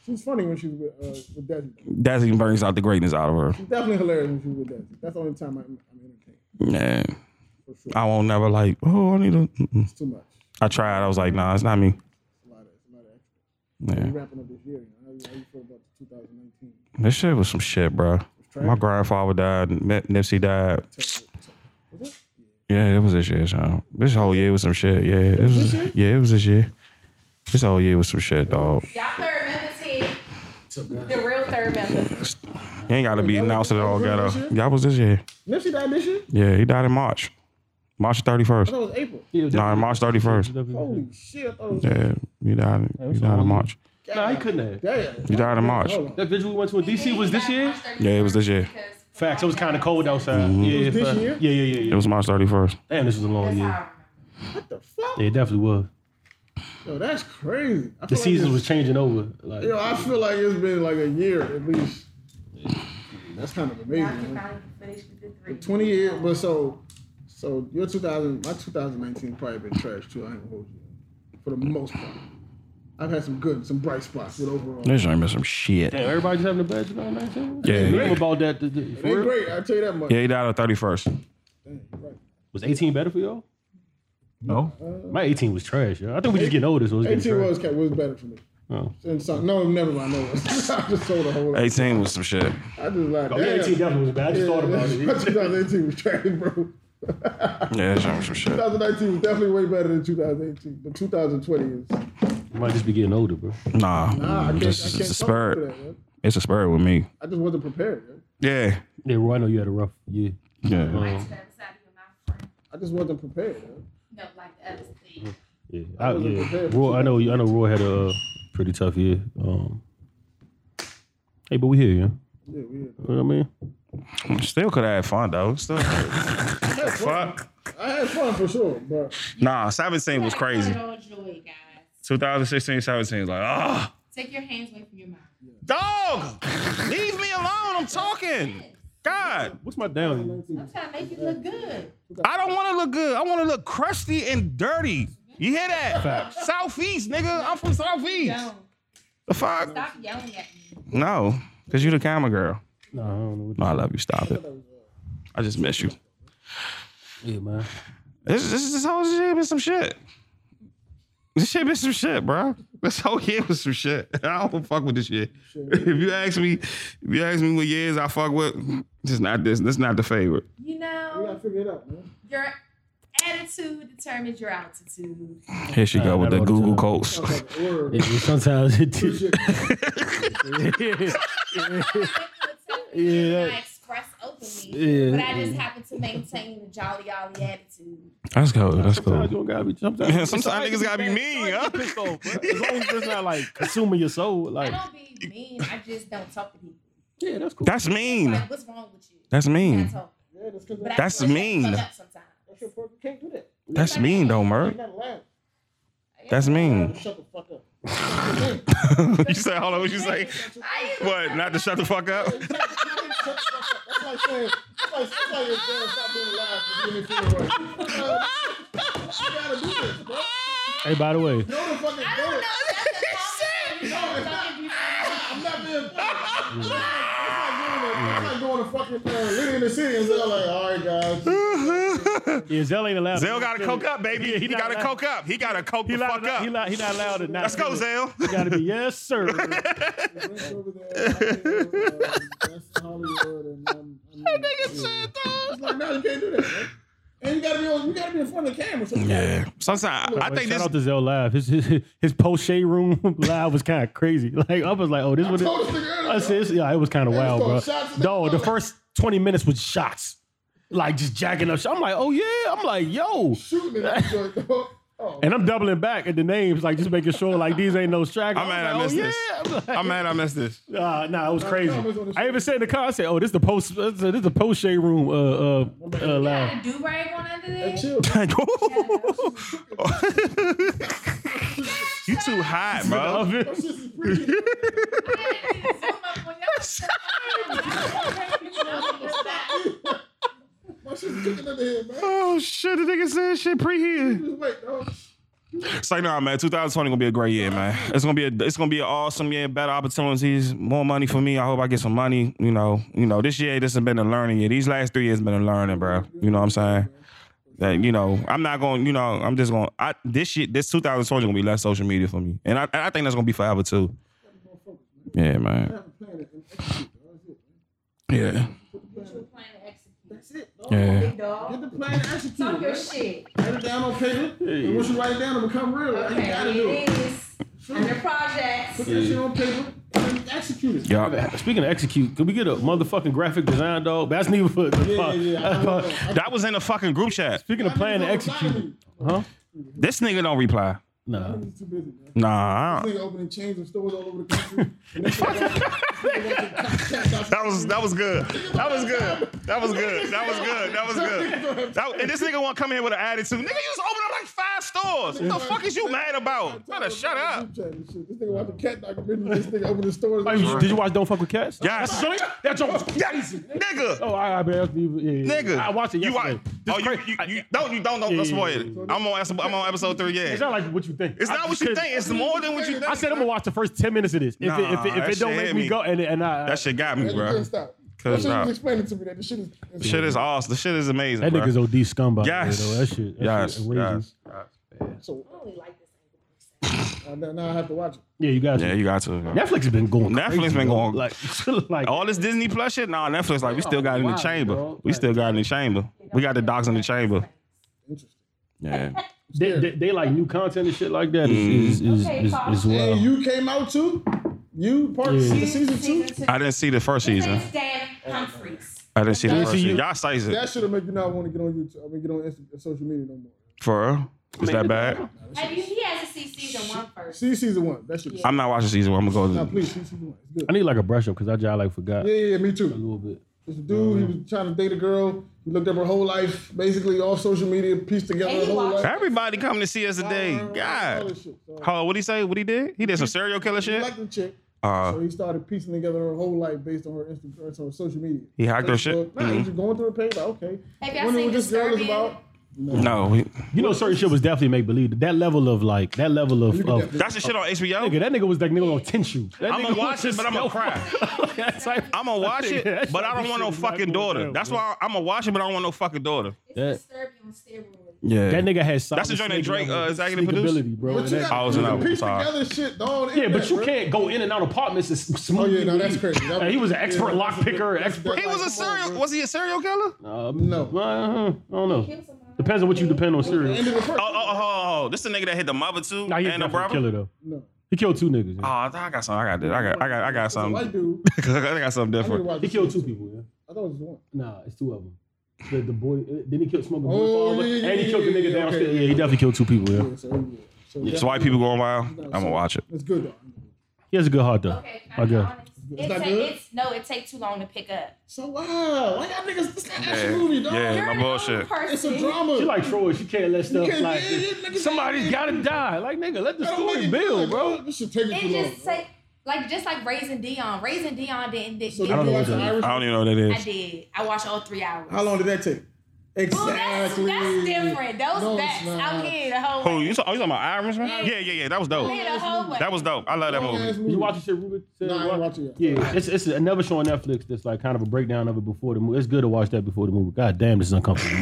She's funny when she's with, uh, with Desi.
That even brings out the greatness out of her.
She's definitely hilarious when she's with Desi. That's the only time I'm, I'm entertained.
Man.
For sure.
I won't never like, oh, I need a mm-mm.
It's too much.
I tried. I was like, nah, it's not me.
It's a lot of, it's a lot of extra.
Yeah.
We're wrapping up this year. How you, how you feel about 2019?
This shit was some shit, bro. My grandfather died, Nip- Nipsey died. Yeah, it was this year, son. This whole year was some shit. Yeah, it was. Yeah, it was this year. This whole year was some shit, dog.
Y'all third member team. The real third member.
You ain't gotta be announcing it all ghetto. Y'all was this year.
Nipsey died this year?
Yeah, he died in March, March thirty first.
I thought it was April.
No, March thirty first.
Holy shit. I thought it was
Yeah, he died. He died in March.
No, he couldn't have.
Damn.
He died in March.
Hold on.
That visual we went to in DC was this year.
Yeah, it was this year.
Facts. It was kind of cold outside. Yeah,
was this
fact.
year?
Yeah, yeah, yeah,
Mm-hmm. It
yeah.
was March thirty first.
Damn, this was a long year.
What the fuck?
Yeah, it definitely was.
Yo, that's crazy. I
The
feel like
season
it's-
was changing over. Like,
Yo, I feel like it's been like a year at least. That's kind of amazing. man. Twenty years, but so, so your 2000, my 2019 probably been trash too. I ain't gonna hold you for the most part. I've had some good, some bright spots, but overall,
This ainar been some shit.
damn, everybody just having a bad 2019.
Yeah.
Remember about that? th- th- for
they
real?
great. I tell you that much.
Yeah, he died on thirty first.
Damn, right.
Was 18 better for y'all?
No.
My 18 was trash. Yo. I think we just getting older, so it's getting
18
trash.
was was better for me.
Oh.
And so, no, never mind. No, I just told a whole lot. I just
Eighteen was some shit.
like
Oh, yeah,
damn.
18 definitely was bad. I just thought about
My
it.
2018 was trash, bro.
Yeah, this ain't was some shit.
2019 was definitely way better than 2018, but 2020 is.
Might just be getting older, bro.
Nah, I
Nah,
can't,
this
I
is
can't
it's a
talk to
spirit.
that, man.
It's a spirit with me.
I just wasn't prepared. Man.
Yeah.
Yeah, Roy, I know you had a rough year.
Yeah.
Um,
I just wasn't prepared. Man.
yeah, I,
wasn't
yeah.
prepared for
Roy, I know, I know. Roy had a uh, pretty tough year. Um, hey, but we here, yeah.
Yeah, we had-
You know what I mean? Mm-hmm.
Still could have had fun though. Still. Fuck.
I had fun for sure, but
Nah, seventeen was crazy.
Joy, guys.
2016, 17 like, ah,
Take your hands away from your mouth.
dog, leave me alone. I'm talking. God,
What's my down?
Trying to make you look good.
I don't want to look good. I want to look crusty and dirty. You hear that? Southeast, nigga. I'm from Southeast. The fuck?
Stop yelling at me.
No, because you the camera girl.
Nah, I don't know. What
No, I love you. Stop it. I just miss you.
yeah, man.
This, this, this whole shit been some shit. This shit been some shit, bro. This whole year was some shit. I don't fuck with this year. If you ask me, if you ask me what years I fuck with, just not this. This not the favorite.
You
we
know,
gotta figure it out, man.
your attitude determines your altitude.
Here she go with the
all the
Google
time.
Colts.
Like, word.
Yeah, well, sometimes it
Good shit.
yeah,
yeah. I express openly,
yeah.
but I just happen to maintain the jolly ollie attitude.
That's cool. That's
Sometimes you
cool.
don't gotta be. Sometimes,
Yeah, sometimes niggas gotta be mean, huh?
Pissed off, bro. As long as it's not like consuming your soul,
I
like
don't be mean. I just don't talk to people.
yeah, that's cool.
That's mean.
Like, what's wrong with you?
That's
You're not
mean.
talking.
Yeah, that's 'cause
But I
that-
That's
feel like you
mean.
fuck up sometimes.
that's your fault. You can't do that.
That's mean though,
You
Merc.
gotta laugh.
That's mean.
Shut the fuck up.
you said, hold on, what you say? What? Not to shut the fuck up?
Shut the fuck up. That's like saying, that's like, that's like your girl stop being loud and you didn't feel right. Uh, You gotta do this, bro.
Hey, by the way,
No, the fucking I
No, that's a comment. You
No,
don't
it's not.
fucking do that.
I'm not being funny. It's like going to fucking uh, Lily in the city and say, like, all right, guys.
yeah, Zell ain't allowed.
Zell got to coke up, baby.
Yeah,
he
not
got to
allowed-
coke up. He got to coke
He
the
not,
fuck
he
up.
not, he not allowed to not.
Let's go,
do it.
Zell.
You gotta be yes, sir.
That's over there. uh, That's Hollywood. And I'm, I'm, that nigga said, It's like, no, you can't do that, man. And you gotta be, on- you gotta be in front of the camera. So
Yeah. Sometimes I, I
Like,
think
shout
this.
out to Zell Live. His his, his post shade room live was kind of crazy. Like I was like, oh, this was.
told this nigga earlier,
I said, it's- yeah, it was kind of
was
wild,
throwing
bro.
shots at the
No, the
mother-
first twenty minutes was shots, like just jacking up. shit. I'm like, oh yeah. I'm like, yo.
shooting at that joint. dog. Oh,
And I'm doubling back at the names, like just making sure like these ain't no stragglers.
I'm mad I
like,
missed
oh,
this.
Yeah. I'm like,
I'm mad I missed this.
Nah, nah, it was crazy.
comments on the
I even said in the car, I said, "Oh, this the post, this is the post shade room." Uh, uh, uh loud.
Do rag on under there?
chill.
you too hot, bro.
That shit is pretty. My shit's kicking under here, man.
Oh shit! The nigga said shit pre here.
Just wait, dog.
It's like, nah, man. 2020 gonna be a great year, man. It's gonna be a, it's gonna be an awesome year. Better opportunities, more money for me. I hope I get some money. You know, you know. This year, this has been a learning year. These last three years been a learning, bro. You know what I'm saying? That you know, I'm not gonna. You know, I'm just gonna. I, this shit, this 2020 gonna be less social media for me, and I, and I think that's gonna be forever too. Yeah, man. Yeah. Yeah.
Get the plan to execute.
Talk your
man.
shit.
Write it down on paper. And once you write it down, it become real. you
Okay,
gotta
it
do it.
is. Under projects.
Put that shit on paper and then execute it.
Yeah.
Speaking of execute, could we get a motherfucking graphic design dog? That's neither for the
Yeah, yeah, yeah.
That was in the fucking group chat.
Speaking of plan to execute, huh?
This nigga don't reply.
Nah.
I'm too busy, man.
Nah. I don't-
Nigga opening chains and stores all over the country. And this shit-
That was that was good. That was good. That was good. That was good. That was good. That- and this nigga want to come here with an attitude. Nigga, you just opened up like five stores. What the fuck is you mad about? Better shut up.
This nigga watch the cat documentary. This nigga open the stores.
Hey, you- did you watch Don't Fuck with Cats?
Yes.
That joke was
Yes.
crazy.
Nigga.
Oh, I, I, yeah, yeah.
Nigga.
I watched it
You
yesterday.
watch- Oh, you, you, you don't you don't know. Don't spoil it. I'm on episode- I'm on episode three.
it's
Yeah.
not like what you think.
It's
I
not what
just
you
couldn't-
think. It's more than what you
I
think.
said I'm gonna watch the first ten minutes of this. If it, if it,
Nah,
if
that
it
shit
don't
hit
make me
me.
go, and and I,
That shit got me,
That
bro.
shit stop.
Cause
That shit
stop.
was explaining to me that the shit is. is
Shit is awesome. The shit is amazing.
that
bro.
nigga's OD scumbag.
Yes.
though. That shit. That
Yes.
shit outrageous.
Yes.
So, uh, now, now I have to watch it.
Yeah, you guys.
Yeah, you got to.
Netflix has been going.
Netflix
crazy,
been
bro.
going- Oh,
like, like
All this Disney Plus shit, nah. Netflix like we still got it in the
wow,
chamber.
bro.
We still got it in the chamber. We got the docs in the chamber.
Interesting.
Yeah. Mm.
they, they, they like new content and shit like that is is is, is, is
And
wild.
you came out too. You part
Yeah.
the season two.
I didn't see the first season.
Dan Humphries.
I didn't see the
Didn't
first
see
season.
you.
Y'all say
That
it
should have made you not want to get on YouTube. I mean, get on Insta- social media no more.
for real? Is that bad?
Have you, he has to see season one first.
See season one. That should.
I'm not watching season one. I'm gonna
Now
go. To,
please see season one. It's good.
I need like a brush up because I just like forgot
Yeah,
a
yeah, yeah, me too.
little bit.
This dude, he was trying to date a girl. He looked up her whole life, basically all social media, pieced together her
And he
whole
watched-
life.
everybody coming to see us today. God. Hold on, what he say? What he did? He did some serial killer
He
shit.
liked the chick, so
Uh,
he started piecing together her whole life based on her Instagram, on her social media.
He hacked her
Facebook.
shit?
Nah,
Mhm.
he's just going through the page. Like, okay,
Have y'all
Wondering
seen Disturbing?
no, he-
You know, certain shit was definitely make believe. That level of like that level of,
can
of
definitely-
that's the shit on
nigga,
HBO.
that nigga was like nigga gonna tense you. That
I'ma
nigga was
watch it,
just
but I'ma
so-
cry.
That's like-
I'm gonna watch it, but I don't want no fucking daughter.
Down,
That's
bro.
why I'm gonna watch it, but I don't want no fucking daughter.
That-
Disturbing on steroids.
Yeah.
That nigga has
That's the joint that Drake, uh, executive produced?
bro.
But
And
you
that-
Oh, I
got
was in that
to piece
time.
together shit, dog.
yeah, but you can't go in and out of apartments and s-
Oh
smooth.
yeah, no, that's crazy. That
Hey, he was an expert lock
that's a good-
picker,
that's a
expert-
good-
He was a
come on,
oh,
serial.
bro.
Was he a serial killer? Oh,
No.
Well, uh, I don't know. Depends on what you depend on. Serious.
End of the first.
oh, oh, oh, this the nigga that hit the mother too
Nah, he
and the
definitely a
brother.
killer though.
No.
He killed two niggas.
Oh,
yeah.
I got something. I got this. I got. I got. I got
Some
something.
white dude.
I got something
I need to
different.
watch
He
this
killed two
shit.
people. Yeah.
I thought it was one.
Nah, it's two of them. The, the boy. uh, Then he killed smoke the boy
Oh,
father,
yeah, yeah,
and he
yeah,
killed the
yeah,
nigga
yeah,
downstairs.
okay,
yeah, he
yeah.
definitely killed two people. Yeah.
Yeah, so, yeah. so
It's white people going wild. I'm gonna watch it.
It's good though.
He has a good heart though.
Okay,
I
can I be
guess.
honest?
It's
It
not
take,
good?
it's, no, it take too long to pick up.
So wow, why y'all niggas? This not action
Yeah,
movie, dog.
yeah,
You're
no
an
bullshit.
old person.
It's a drama.
She like Troy. She can't let stuff
can't-
like
yeah, yeah, niggas-
somebody's gotta die. Like nigga, let the
That don't make
story
it
build,
good,
bro.
dog. This should take it too
It
long.
just
dog.
say like just like raising Dion. Raising Dion didn't. didn't
So
get
did you
know
me.
what
watch the
that is.
Irish?
I don't even know what that
I
is.
did. I watched all three hours.
How long did that take?
Ooh, that's,
Exactly.
that's different. Those
No, it's
backs,
not.
I'm getting the whole.
Oh, you talking, oh, you talking about Irishman? Yeah, yeah, yeah. That was dope.
I'm getting the whole way.
That was dope. I love that
Long ass
movie.
movie.
You watch the shit, Ruben? said?
Nah, I ain't
What?
watch it yet.
Yeah, it's it's another show on Netflix that's like kind of a breakdown of it before the movie. It's good to watch that before the movie. God damn, this is uncomfortable.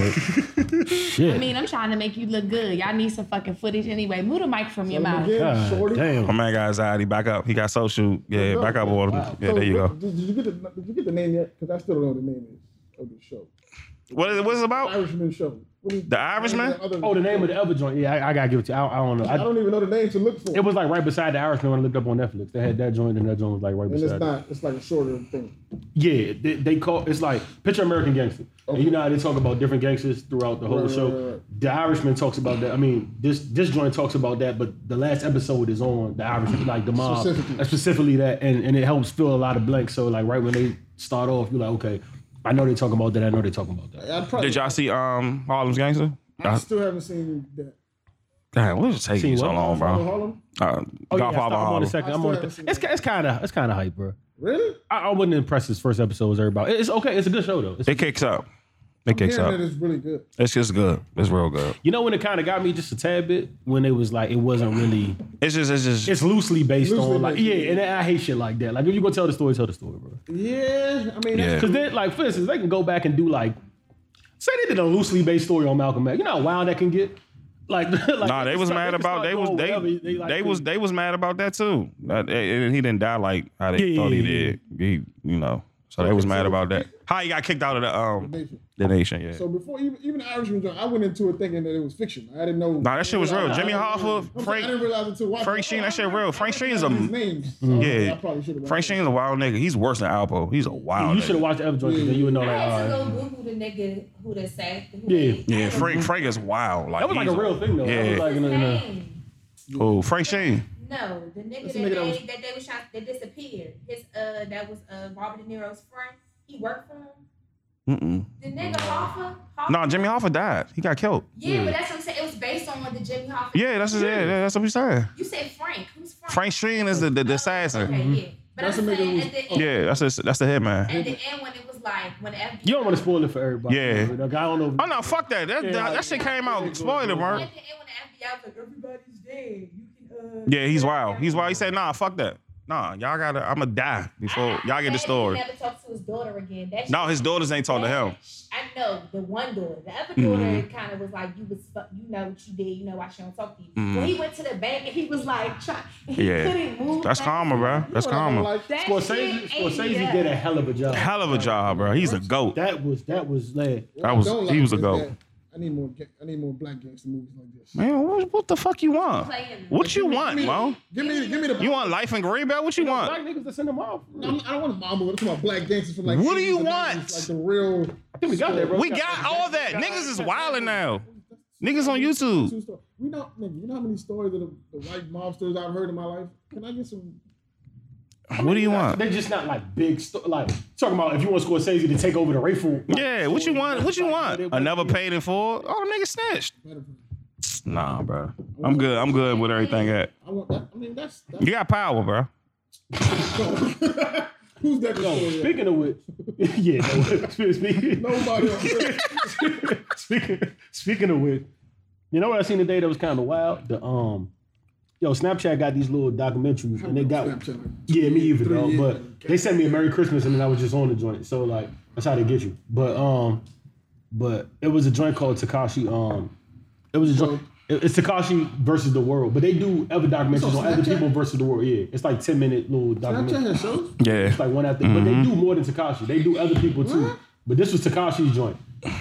Merk. Shit.
I mean, I'm trying to make you look good. Y'all need some fucking footage anyway. Move the mic from your mouth.
Again,
God
shorty.
My
damn.
man got anxiety. Back up. He got social. Yeah, back up, water. Yeah,
So,
there you
what-
go.
Did, did you get the Did you get the name yet? Because I still don't know what the name is of the show.
What is what's it about?
Irishman show. What is-
The Irishman?
the other-
Oh, the name of the other joint. Yeah, I, I gotta give it to you. I, I don't know.
I
I,
don't even know the name to look for.
it was like right beside the Irishman when I looked up on Netflix. They had that joint and that joint was like right
and
beside.
it's
it.
not. It's like a shorter thing.
Yeah, they, they call it's like picture American Gangster. And you know how they talk about different gangsters throughout the whole
Right,
show.
right, right, right.
The Irishman talks about that. I mean, this this joint talks about that, but the last episode is on the Irishman, like the mob,
Specifically.
specifically, specifically that, and and it helps fill a lot of blanks. So like right when they start off, you're like, okay, I know they talking about that. I know they talking about that.
I probably
Did y'all see um Harlem's Gangster?
I still haven't seen that.
Damn, what is taking
Seen
so
what?
long,
Oh,
bro?
Harlem?
Uh,
Oh, yeah, I
Godfather
stopped- I'm on the
Harlem.
second.
I
I'm
still
on the
haven't
th-
seen
it's
that.
it's kind of it's kind of hype, bro.
Really?
I, I wasn't impressed his first episode was everybody. It's okay. It's a good show though. It's-
It kicks up. It kicks
Hearing
up.
that is really good.
It's just good. It's real good.
you know when it kind of got me just a tad bit when it was like it wasn't really
It's just it's just
It's loosely based
Loosely
on like
based,
yeah, and I hate shit like that. Like if you gonna tell the story, tell the story, bro.
Yeah, I mean,
yeah.
Because then, like for instance, they can go back and do like say they did a loosely based story on Malcolm X. You know how wild that can get. Like, like
Nah, they
can
was
start-
mad
can
about
start
they was
doing
they
whatever
they,
like,
was
do.
they was mad about that too. Uh, eh, eh, he didn't die like how they
Yeah,
thought he
yeah, yeah.
did. He you know so they was mad about that. How he got kicked out of the um
Nation.
the nation? Yeah.
So before even even the Irishman, joint, I went into it thinking that it was fiction. I didn't know.
Nah, that shit was real.
I- I-
Jimmy
I-
Hoffa,
I'm sorry,
Frank-
I didn't realize until watching. Oh,
Frank Sheen, that shit real. Frank
Sheen
Sheen's a-
names. So
Yeah.
I probably should have.
Frank Shane's a wild nigga. He's worse than Alpo. He's a wild.
You should have
nigga.
watched the episode because then you would know like,
I used to
all
go
right.
Google the nigga who the sack. Who
Yeah.
they-
Yeah, Frank Frank is wild. Like
That was like a
he's
real thing though. That
Yeah.
was like in a, in a,
Name.
Oh, Frank Shane.
No, the nigga, that,
That's the nigga that
they,
was-
that they was shot that disappeared. His uh that was uh Robert De Niro's friend. He worked for him.
Mm-mm.
The nigga Hoffa. Hoffa
No, Jimmy Hoffa died. He got killed.
Yeah, but that's what I'm saying. It was based on what the Jimmy Hoffa.
Yeah, that's yeah, yeah, that's what we saying.
You said Frank. Who's Frank?
Frank Sheen is the, the, the assassin.
Okay, yeah. But
Mm-hmm. That's
I'm
the nigga
saying
who's-
at the end,
Yeah, that's the, that's the head man.
at the end when it was like when the FBI.
you don't want to spoil it for everybody.
Yeah.
Like, I don't know.
Oh no, fuck that. That, that, that shit came out. Spoiler,
At the
bro.
end when the FBI was like everybody's dead. You can. Uh,
Yeah, he's wild. He's wild. He said, nah, fuck that. Nah, y'all gotta, I'ma die before y'all get the story.
He never talked to his daughter again. That
No,
shit-
his daughters ain't talking to him. Mm-hmm.
I know the one daughter. The other daughter kind of was like, "You was, fuck- you know what you did. You know why she don't talk to you." When he went to the bank and he was like, try, he
Mm-hmm. Yeah.
couldn't move.
That's
like-
karma, bro. That's karma.
Like,
That
Scorsese,
shit ate me
Scorsese
up.
did a hell of a job.
Hell of a job, bro. He's a goat.
That was that was like
what I
was-
don't
he
like
was a
is
goat.
that I need more. ga- I need more black gangster movies like this.
Man, what, what the fuck you want? What you want, bro?
Give me, give me the.
You want life in Greenbelt? What you
black
want?
niggas that send them off.
I'm, I don't want mama. I'm talking about black gangsters from like.
What do you
80s and
want?
90s, Like the real.
I think we got that, bro.
We got oh, all that. Niggas is wilding now. Niggas on YouTube.
Two stories. We know, nigga, you know how many stories of the, the white mobsters I've heard in my life? Can I get some?
What do you want?
They just not like big sto- like talking about if you want Scorsese to take over the rifle. like,
Yeah, what you
story,
want? What you
like,
want?
it-
Another paid in full? Oh, the nigga snitched.
better for-
Nah, bro. I'm good. I'm good with everything at.
I want that. I mean, that's. that's
You got power, bro.
Who's that story? at?
Speaking of which, yeah. No, speaking,
Nobody else.
speaking, speaking of which, you know what I seen today that was kind of wild. The um, yo, Snapchat got these little documentaries and they got
Snapchat, like,
yeah, me either
three
though.
years.
But they sent me a Merry Christmas and then I was just on the joint. So like that's how they get you. But um, but it was a joint called Takashi. Um, it was a joint. it- It's Takashi versus the world, but they do other documentaries
on
on other
Snapchat?
people versus the world. Yeah, it's like ten minute little
Snapchat
documentary.
has shows?
Yeah. Mm-hmm.
It's like one after, but they do more than Takashi. They do other people too. But this was Takashi's joint.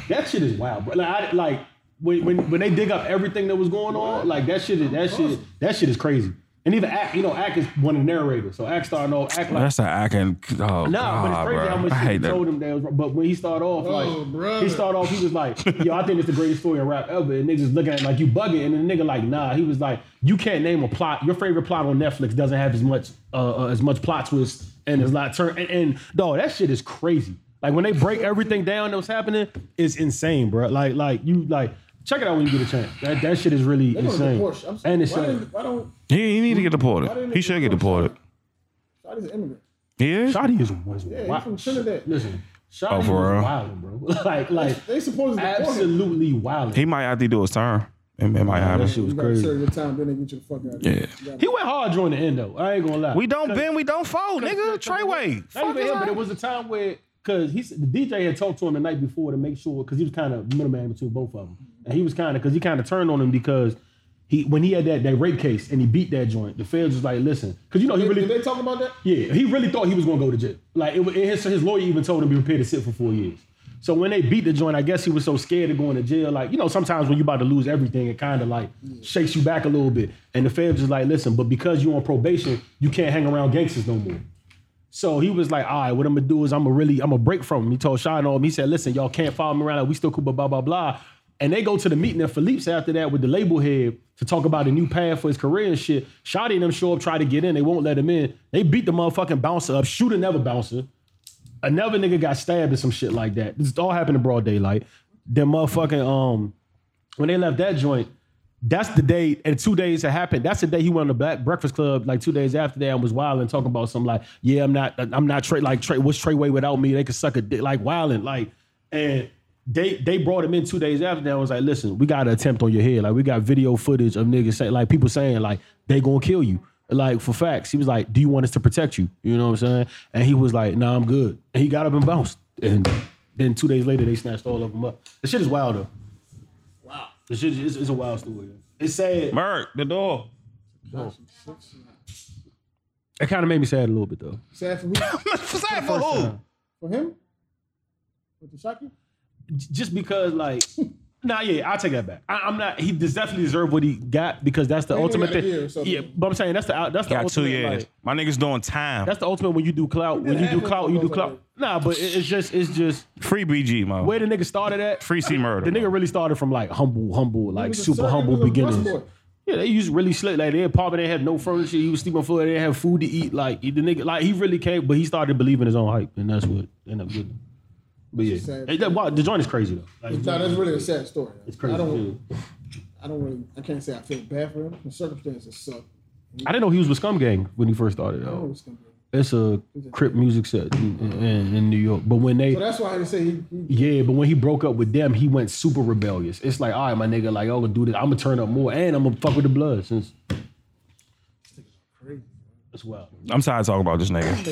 That shit is wild, bro. Like, I, like when, when when they dig up everything that was going on, like that shit is that shit that shit is crazy. And even Ack, you know, Ack is one of the narrators, so Ack started off Ack like.
That's an acting. Oh, God,
No, but it's crazy
bro.
how much
I hate
shit he told
that.
him that was But when he started off,
Oh,
like
brother.
he started off, he was like, "Yo, I think it's the greatest story in rap ever." And niggas is looking at him like you bugging, and the nigga like, "Nah." He was like, "You can't name a plot. Your favorite plot on Netflix doesn't have as much uh, uh, as much plot twist and as lot turn." And, and dog, that shit is crazy. Like when they break everything down that was happening, it's insane, bro. Like like you like check it out when you get a chance. That that shit is really
They're gonna
insane.
deport you. I'm sorry.
And it's
why, didn't- why don't.
He, he need to get
Why didn't
deported.
they
He should get
deport
deported.
Shawty's an immigrant.
He is?
Shotty is was
Yeah,
wild.
he's from Trinidad.
Listen, Shotty
Oh,
was
for real?
wild, bro. like like.
They supposed to deport him.
Absolutely wild.
He might have to do his turn. It, it might
shit
happen.
was
You gotta
crazy.
serve your time, then they get you the fuck out of here.
Yeah.
He went hard during the end though. I ain't gonna lie.
We don't bend, we don't fold, nigga. Treyway.
Not
Fuck
even
is
him, but it
that?
was a time where because he said- the DJ had talked to him the night before to make sure because he was kind of middleman between both of them, and he was kind of because he kind of turned on him because. He, when he had that, that rape case and he beat that joint, the feds was like, "Listen, because you know he
Did,
really
did they talk about that?
Yeah, he really thought he was gonna go to jail. Like it, wa- and his, his lawyer even told him to be prepared to sit for four years. So when they beat the joint, I guess he was so scared of going to jail. Like, you know, sometimes when you about to lose everything, it kind of like shakes you back a little bit. And the feds is like, listen, but because you on probation, you can't hang around gangsters no more. So he was like, all right, what I'm gonna do is I'm gonna really, I'm gonna break from him. He told Sean all him, he said, listen, y'all can't follow me around, like, we still cool, but blah, blah, blah. And they go to the meeting at Philippe's after that with the label head to talk about a new path for his career and shit. Shotty and them show up, try to get in, they won't let him in. They beat the motherfucking bouncer up, shoot another bouncer. Another nigga got stabbed and some shit like that. This all happened in broad daylight. Then motherfucking um when they left that joint, that's the day, and two days it happened. That's the day he went on the Black Breakfast Club, like two days after that, and was wilding, talking about something like, "Yeah, I'm not, I'm not Trey. Like Trey, what's Trey Way without me? They could suck a dick, like wilding, like." And they they brought him in two days after that. and Was like, "Listen, we got an attempt on your head. Like we got video footage of niggas saying, like people saying, like they gonna kill you, like for facts." He was like, "Do you want us to protect you? You know what I'm saying?" And he was like, "Nah, I'm good." And he got up and bounced. And then two days later, they snatched all of them up. The shit is wild though. It's, just, it's, it's a wild story. It's sad.
Merc, the door.
It kind of made me sad a little bit though.
Sad for who?
Sad for who?
For him? With the shocker?
J- Just because, like, nah, yeah, I'll take that back. I, I'm not. He des- definitely deserved what he got because that's the
He only
ultimate
got a
thing.
year or something.
Yeah, but I'm saying that's the out- that's the
Got
ultimate.
two years.
like,
My niggas doing time.
that's the ultimate when you do clout. When you do
half of
clout,
them
you do
goes
clout.
away.
Nah, but it- it's just it's just
Free BG, man.
where the nigga started at.
Free C murder.
The nigga really started from like humble, humble,
He
like
was a
super
servant,
humble
he was a bus
beginnings.
boy.
Yeah, they used to really slick. Like they had poverty, they had no furniture. He was sleeping on the floor. They didn't have food to eat. Like he- the nigga, like he really came, but he started believing his own hype, and that's what ended up getting. him. But yeah,
sad.
Hey, that- wow, the joint is crazy though. Like,
No, that's really a sad story.
it's crazy.
I don't.
dude.
I don't really. I can't say I feel bad for him. The circumstances suck.
I didn't know he was with Scum Gang when he first started.
I know
Though.
it's gonna be.
It's a Crip music set in, in, in New York, but when they
So that's why I didn't say he. he
Yeah, but when he broke up with them, he went super rebellious. It's like, all right, my nigga, like, I'm gonna do this. I'm gonna turn up more, and I'm gonna fuck with the blood since. As well,
I'm tired of talking about this nigga.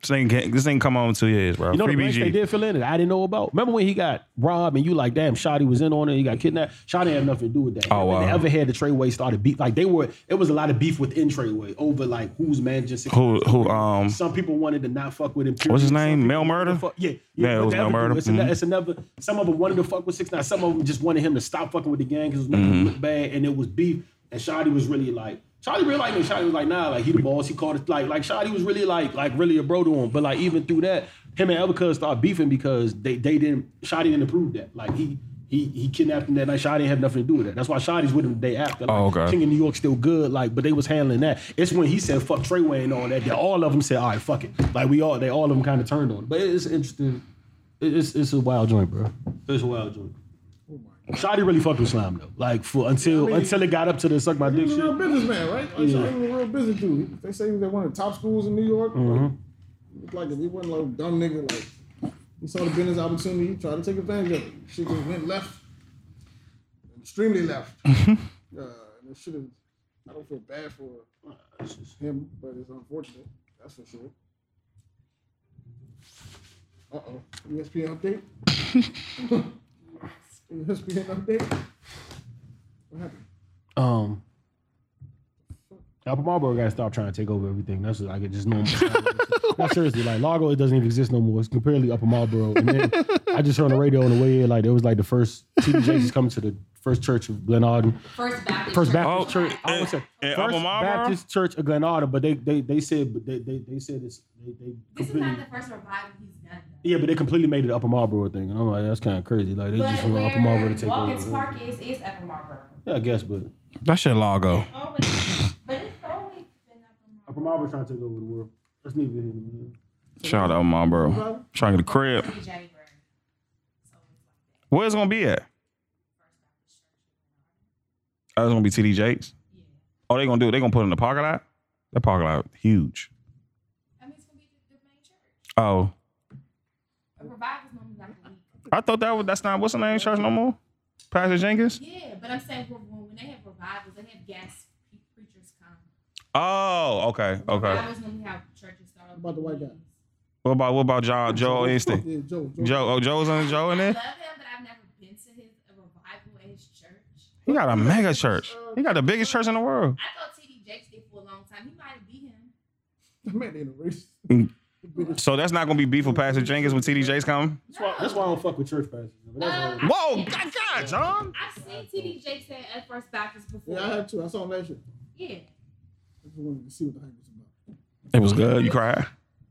This thing can't, this thing come on in two years, bro.
you know
Free
the blanks they
BG.
did fill in that I didn't know about. Remember when he got robbed and you like, damn, Shotty was in on it. He got kidnapped. Shotty had nothing to do with that.
Oh,
When They
wow.
ever had the Treyway started beef. Like they were, it was a lot of beef within Treyway over like who's managing. Security.
Who who um
Some people wanted to not fuck with him.
What's his
Some
name?
people
Mel
wanted to
Murder?
fuck- yeah,
Yeah, it was
but
Mel
that
Murder.
It's, another,
Mhm.
Mm-hmm. it's another. Some of them wanted to fuck with Six Nine. Some of them just wanted him to stop fucking with the gang because it was making him
Mm-hmm.
look bad, and it was beef. And Shotty was really like, Shotty really like me. Shotty was like, nah, like he the boss. He called it like, like Shotty was really like, like really a bro to him. But like even through that, him and Elbicuz started beefing because they they didn't. Shotty didn't approve that. Like he. He, he kidnapped him that night. Shotty didn't have nothing to do with that. That's why Shotty's with him the day after. Like,
Oh, okay.
King of New York still good, like, but they was handling that. It's when he said fuck Treyway and all that. That all of them said, all right, fuck it. Like we all, they all of them kind of turned on. it. But it's interesting. It- It's it's a wild joint, bro. It's a wild joint. Shotty really fucked with Slime though. Like for until until it got up to the suck my dick
He's a real
shit.
businessman, right? Like, so He was a real business dude. They say he was at one of the top schools in New York.
Mm-hmm.
Like, he looked like if he wasn't like a dumb nigga, like he saw the business opportunity, he tried to take advantage of it. Shit just went left, extremely left. uh, and it should have. I don't feel bad for him, but it's unfortunate. That's for sure. Uh oh. ESPN update. E ESPN update. What happened?
Um, Apple Marlboro gotta stop trying to take over everything. That's like it just normal. no, seriously, like Largo, it doesn't even exist no more. It's completely Upper Marlboro. And then I just heard on the radio on the way in, like it was like the first TDJs is coming to the first church of Glenarden.
First Baptist.
First
Church.
Baptist
Oh,
Church. I almost said
in- in
First
Upper Marlboro?
Baptist Church of Glenarden, but they they they said but they they, they said it's they, they
This is not
completely
the first revival he's done.
yeah, but they completely made it Upper Marlboro thing, and I'm like, that's kind of crazy. Like they
But
just want
where
Upper Marlboro to take
Watkins
over.
Park is is Upper Marlboro.
Yeah, I guess, but
That shit Largo.
Always, but it's always been Upper
Upper Marlboro trying to take over the world. That's neither here nor there.
Shout out my bro. Trying to the crib.
Marlboro. January.
Where's it gonna be at? Oh, it's gonna be TD Jakes. Oh, they gonna do it. They gonna put it in the parking lot. That parking lot huge.
I mean, it's gonna be the, the main church.
Oh,
A revival's gonna be like a week.
I thought that was that's not what's the name church no more. Pastor Jenkins.
Yeah, but I'm saying when, when they have revivals, they have guest pre- preachers come.
Oh, okay, okay.
Revivals normally have churches start.
About the white guy.
What about what about John Joe Instant?
Yeah, Joe. Joe.
Joe, oh Joe's in Joe in
I love him,
there.
but I've never been to his a revival at his church.
He got a mega church. He got the biggest church in the world.
I thought T.D. Jakes did for a long time. He might be him.
That man ain't a racist.
So that's not gonna be beef with Pastor Jenkins when TDJ's coming.
That's why, that's why I don't fuck with church pastors. But
Uh,
that's
Um,
all.
Whoa, God, God, John.
I've seen TD Jakes at First Baptist before.
Yeah, I have too. I saw him last year.
Yeah.
I just wanted to see what the hype was about.
It was good. You cried.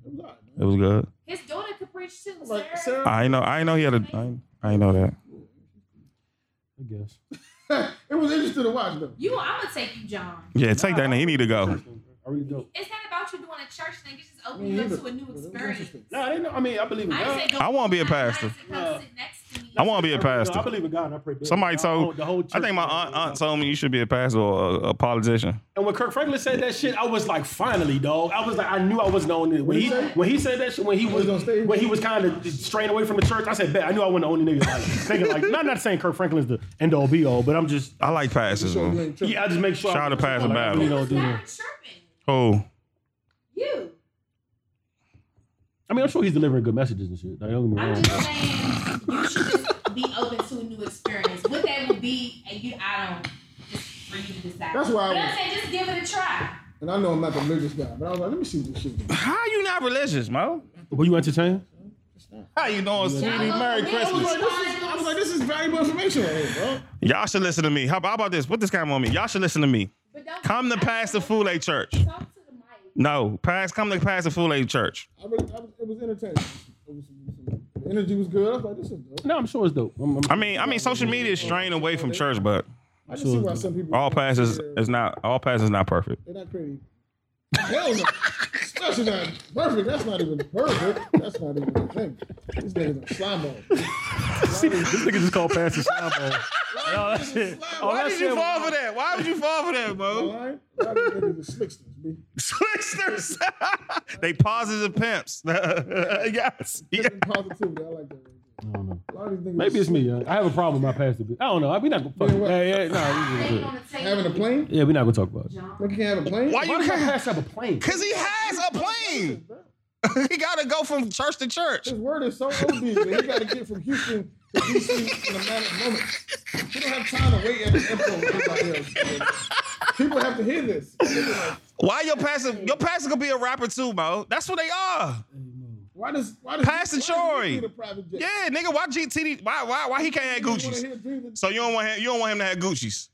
It was all right, man.
It was good.
His daughter could preach too.
Like,
Sarah.
Sarah,
I ain't know. I ain't know he had a. I ain't, I ain't know that.
I guess.
it was interesting to watch though.
You, I'm gonna take you, John.
Yeah, take that. nigga. He need to go.
I really don't.
It's not about you doing a church thing. It's just opening
Me
you
either.
up to a new
But it was
experience.
interesting.
No, they know. I mean, I believe in
I
God.
didn't say go
I wanna be a
to my
pastor.
house and come
No.
sit next to me.
I want to be a
No, I
pastor.
believe in God. And I pray. that.
Somebody
The whole-
told.
the whole.
I think my
church-
aunt aunt told me you should be a pastor or a, a politician.
And when Kirk Franklin said that shit, I was like, finally, dog. I was like, I knew I wasn't on it. When
What'd
he
he say?
when he said that shit, when he was
on stage?
when he was kind of straying away from the church, I said, bet I knew I wasn't the only nigga like thinking like. Not not saying Kirk Franklin's the end all be all, but I'm just
I like pastors.
So you
Man.
ain't tripping.
yeah, I just make sure.
Shout out to Pastor
I
Battle.
really don't do
Not
that.
chirping.
Oh,
You.
I mean, I'm sure he's delivering good messages and shit. Like, don't get me
I'm
wrong.
just saying you should just be open to a new experience. What that would be, and you, I don't. Just for you to decide.
That's why I
But
was-
I'm saying just give it a try.
And I know I'm not the religious guy, but I was like, let me see this shit. is.
how you not religious, Mo?
Were you entertained?
How you doing, sweetie?
Oh,
Merry Christmas.
I was like, this is valuable information right here, bro.
Y'all should listen to me. How how about this? Put this camera on me. Y'all should listen to me. Come to Pastor Fule Church.
Talk to the mic.
No, pass. Come to Pastor Fule Church.
I really, I was, it was entertaining. It was, the energy was good. I was like, this is dope.
No, I'm sure it's dope. I'm, I'm,
I mean, I mean, social media is straying away from church, but
I just see why some people
all passes is not all passes not perfect.
They're not crazy. Hell no. Especially not perfect. That's not even perfect. That's not even a thing. This nigga's a slime ball.
this nigga just called Pastor Slabo. No, that shit. Oh,
Why
that
did you
shit.
fall for that? Why would you fall for that, bro?
Alright? A lot of niggas are slicksters, B.
Slicksters. they positive pimps. yes. Yeah.
Niggas Positivity. I like that. right there.
I don't know.
A lot of these niggas
Maybe it's me. yeah. I have a problem with my pastor. I don't know. We not gonna fuck.
Yeah, what?
Yeah, yeah, nah, we
They
good.
on the
Having a
table.
plane?
yeah, we not gonna talk about it.
Nigga can't have a plane?
Why
Why
you
does my
can't?
pastor have a plane?
Cause he has a plane. he gotta go from church to church.
His word is so OD, man. You got to get from Houston to DC in a matter of moments. You don't have time to wait at the airport with everybody else. man. People have to hear this.
Why your pastor? Your pastor could be a rapper too, Mo. That's what they are.
Why does why does
Pastor
why does
Troy.
he need a private jet?
Yeah, nigga. Why GTD? Why why why he can't
Niggas
have
don't wanna
Gucci's?
hear dreams
So you don't want him, you don't want him to have Gucci's.
of-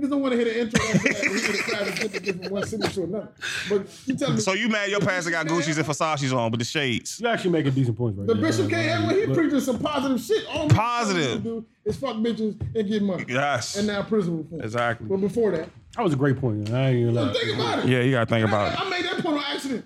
Niggas don't want to hear the intro. after that. We get a private jet to get from one city to another. But you tell me
So you mad your pastor got Gucci's and Versace's on, but the shades.
You actually making decent points right
the
now.
bishop can't have when he
But-
preaches some positive shit. All he
Positive.
do is fuck bitches and get money.
Yes.
And now prison reform.
Exactly.
But before that,
That was a great point. man. I ain't gonna
but
lie.
think about it.
Yeah, you gotta think
I,
about it.
I made that point on accident.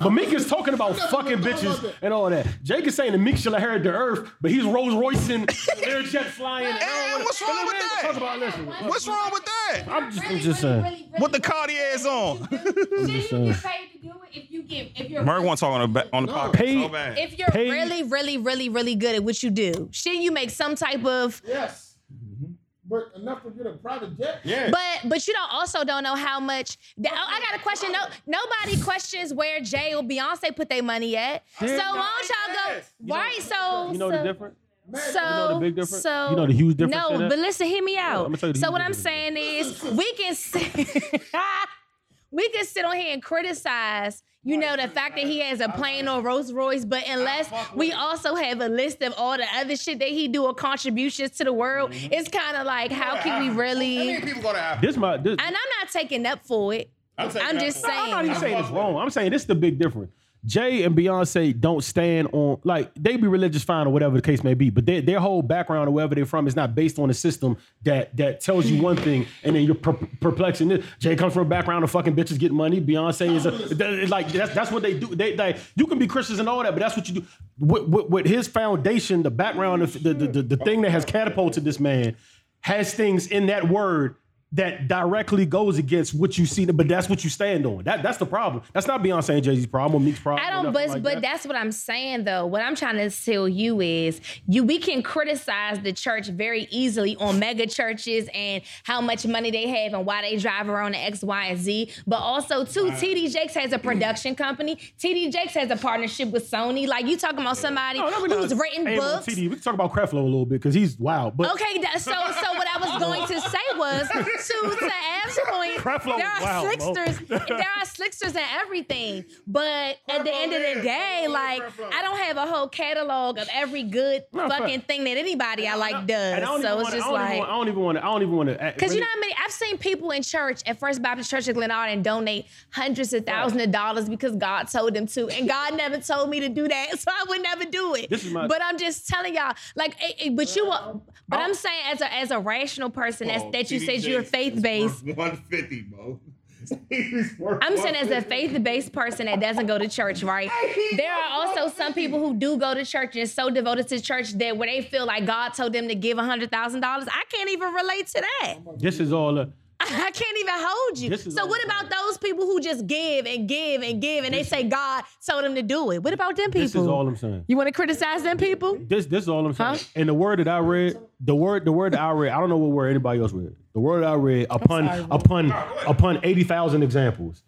But Meek is talking about
Nothing
fucking
about
bitches
that.
and all that. Jake is saying that Meek should have heard the earth, but he's Rolls Roycing, air jet flying. And, I don't
And
wanna-
what's wrong
But
with
we
that?
ain't gonna Talk about listen.
What's wrong with that?
I'm just, I'm just saying.
What the Cartier's on?
Should you
saying.
get paid to do it if you get if you're
Merg wants to talk on the ba- on the
No.
podcast.
Pay-
so bad.
If you're
Pay-
really, really, really, really good at what you do, shouldn't you make some type of?
Yes. Mm-hmm. But enough to get a private jet.
yeah.
But but you don't also don't know how much. That, oh, I got a question. No, nobody questions where Jay or Beyonce put their money at. So why don't y'all go? Right. So
You know
so-
the difference?
So,
know the big difference?
so
You know the huge difference in
No,
that?
but listen, hear me out.
I'ma tell you the
so
huge
what I'm
difference.
saying is, we can sit, we can sit on here and criticize. You know the fact that he has a plane or Rolls Royce, but unless we also have a list of all the other shit that he do or contributions to the world,
Mm-hmm.
it's kind of like how can we really? And
people go to Africa.
This my this.
I'm not taking up for it.
I'm taking
I'm
that
just
for it.
I'm not
saying.
even saying it's wrong. I'm saying this is the big difference. Jay and Beyonce don't stand on like they be religious fine or whatever the case may be, but their their whole background or wherever they're from is not based on a system that that tells you one thing and then you're per- perplexing this. Jay comes from a background of fucking bitches get money. Beyonce is a that- it's like that's that's what they do. They like you can be Christians and all that, but that's what you do. With, with, with his foundation, the background of the the, the the thing that has catapulted this man has things in that word that directly goes against what you see, but that's what you stand on. That that's the problem. That's not Beyonce and Jay Z's problem. or Meek's problem.
I
or
don't,
nothing
but
like
but
that.
that's what I'm saying though. What I'm trying to tell you is, you we can criticize the church very easily on mega churches and how much money they have and why they drive around the X, Y, and Z. But also too, TD Jakes has a production company. TD Jakes has a partnership with Sony. Like you talking about somebody
No, no, we
who's
not-
written
Hey, well,
books.
TD, we can talk about Creflo a little bit because he's wild. But
Okay, that, so so what I was going to say was to to Ab's point,
Creflo
there
was
are
wild, Mo.
slicksters. there are slicksters in everything. But at the end of the day, like I don't have a whole catalog of every good
No, fact.
fucking thing that anybody I like
And
does.
I don't even
So it's
wanna- I
just
don't even
like.
wanna- I don't even want to. I don't even want to.
Cause you know how many I've seen people in church at First Baptist Church in Glen Arden donate hundreds of thousands of dollars because God told them to, and God never told me to do that, so I would never do it.
This is my- Uh,
but I'm just telling y'all, like, eh, eh, but you, were- but I'm saying as a as a rational person,
Oh,
that's,
Oh,
that you said you're faith based.
One fifty, Mo. He's worth
I'm saying as a
150.
faith based person that doesn't go to church, right? There are also some people who do go to church and is so devoted to church that when they feel like God told them to give hundred thousand dollars, I can't even relate to that.
This is all. Uh,
I can't even hold
This
you.
is
So what
unfair.
about those people who just give and give and give and they say God told them to do it? What about them people?
this is all I'm saying.
you want to criticize them people?
This this is all I'm saying.
Huh?
And the word that I read, the word the word that I read, I don't know what word anybody else read. The word that I read upon upon upon eighty thousand examples.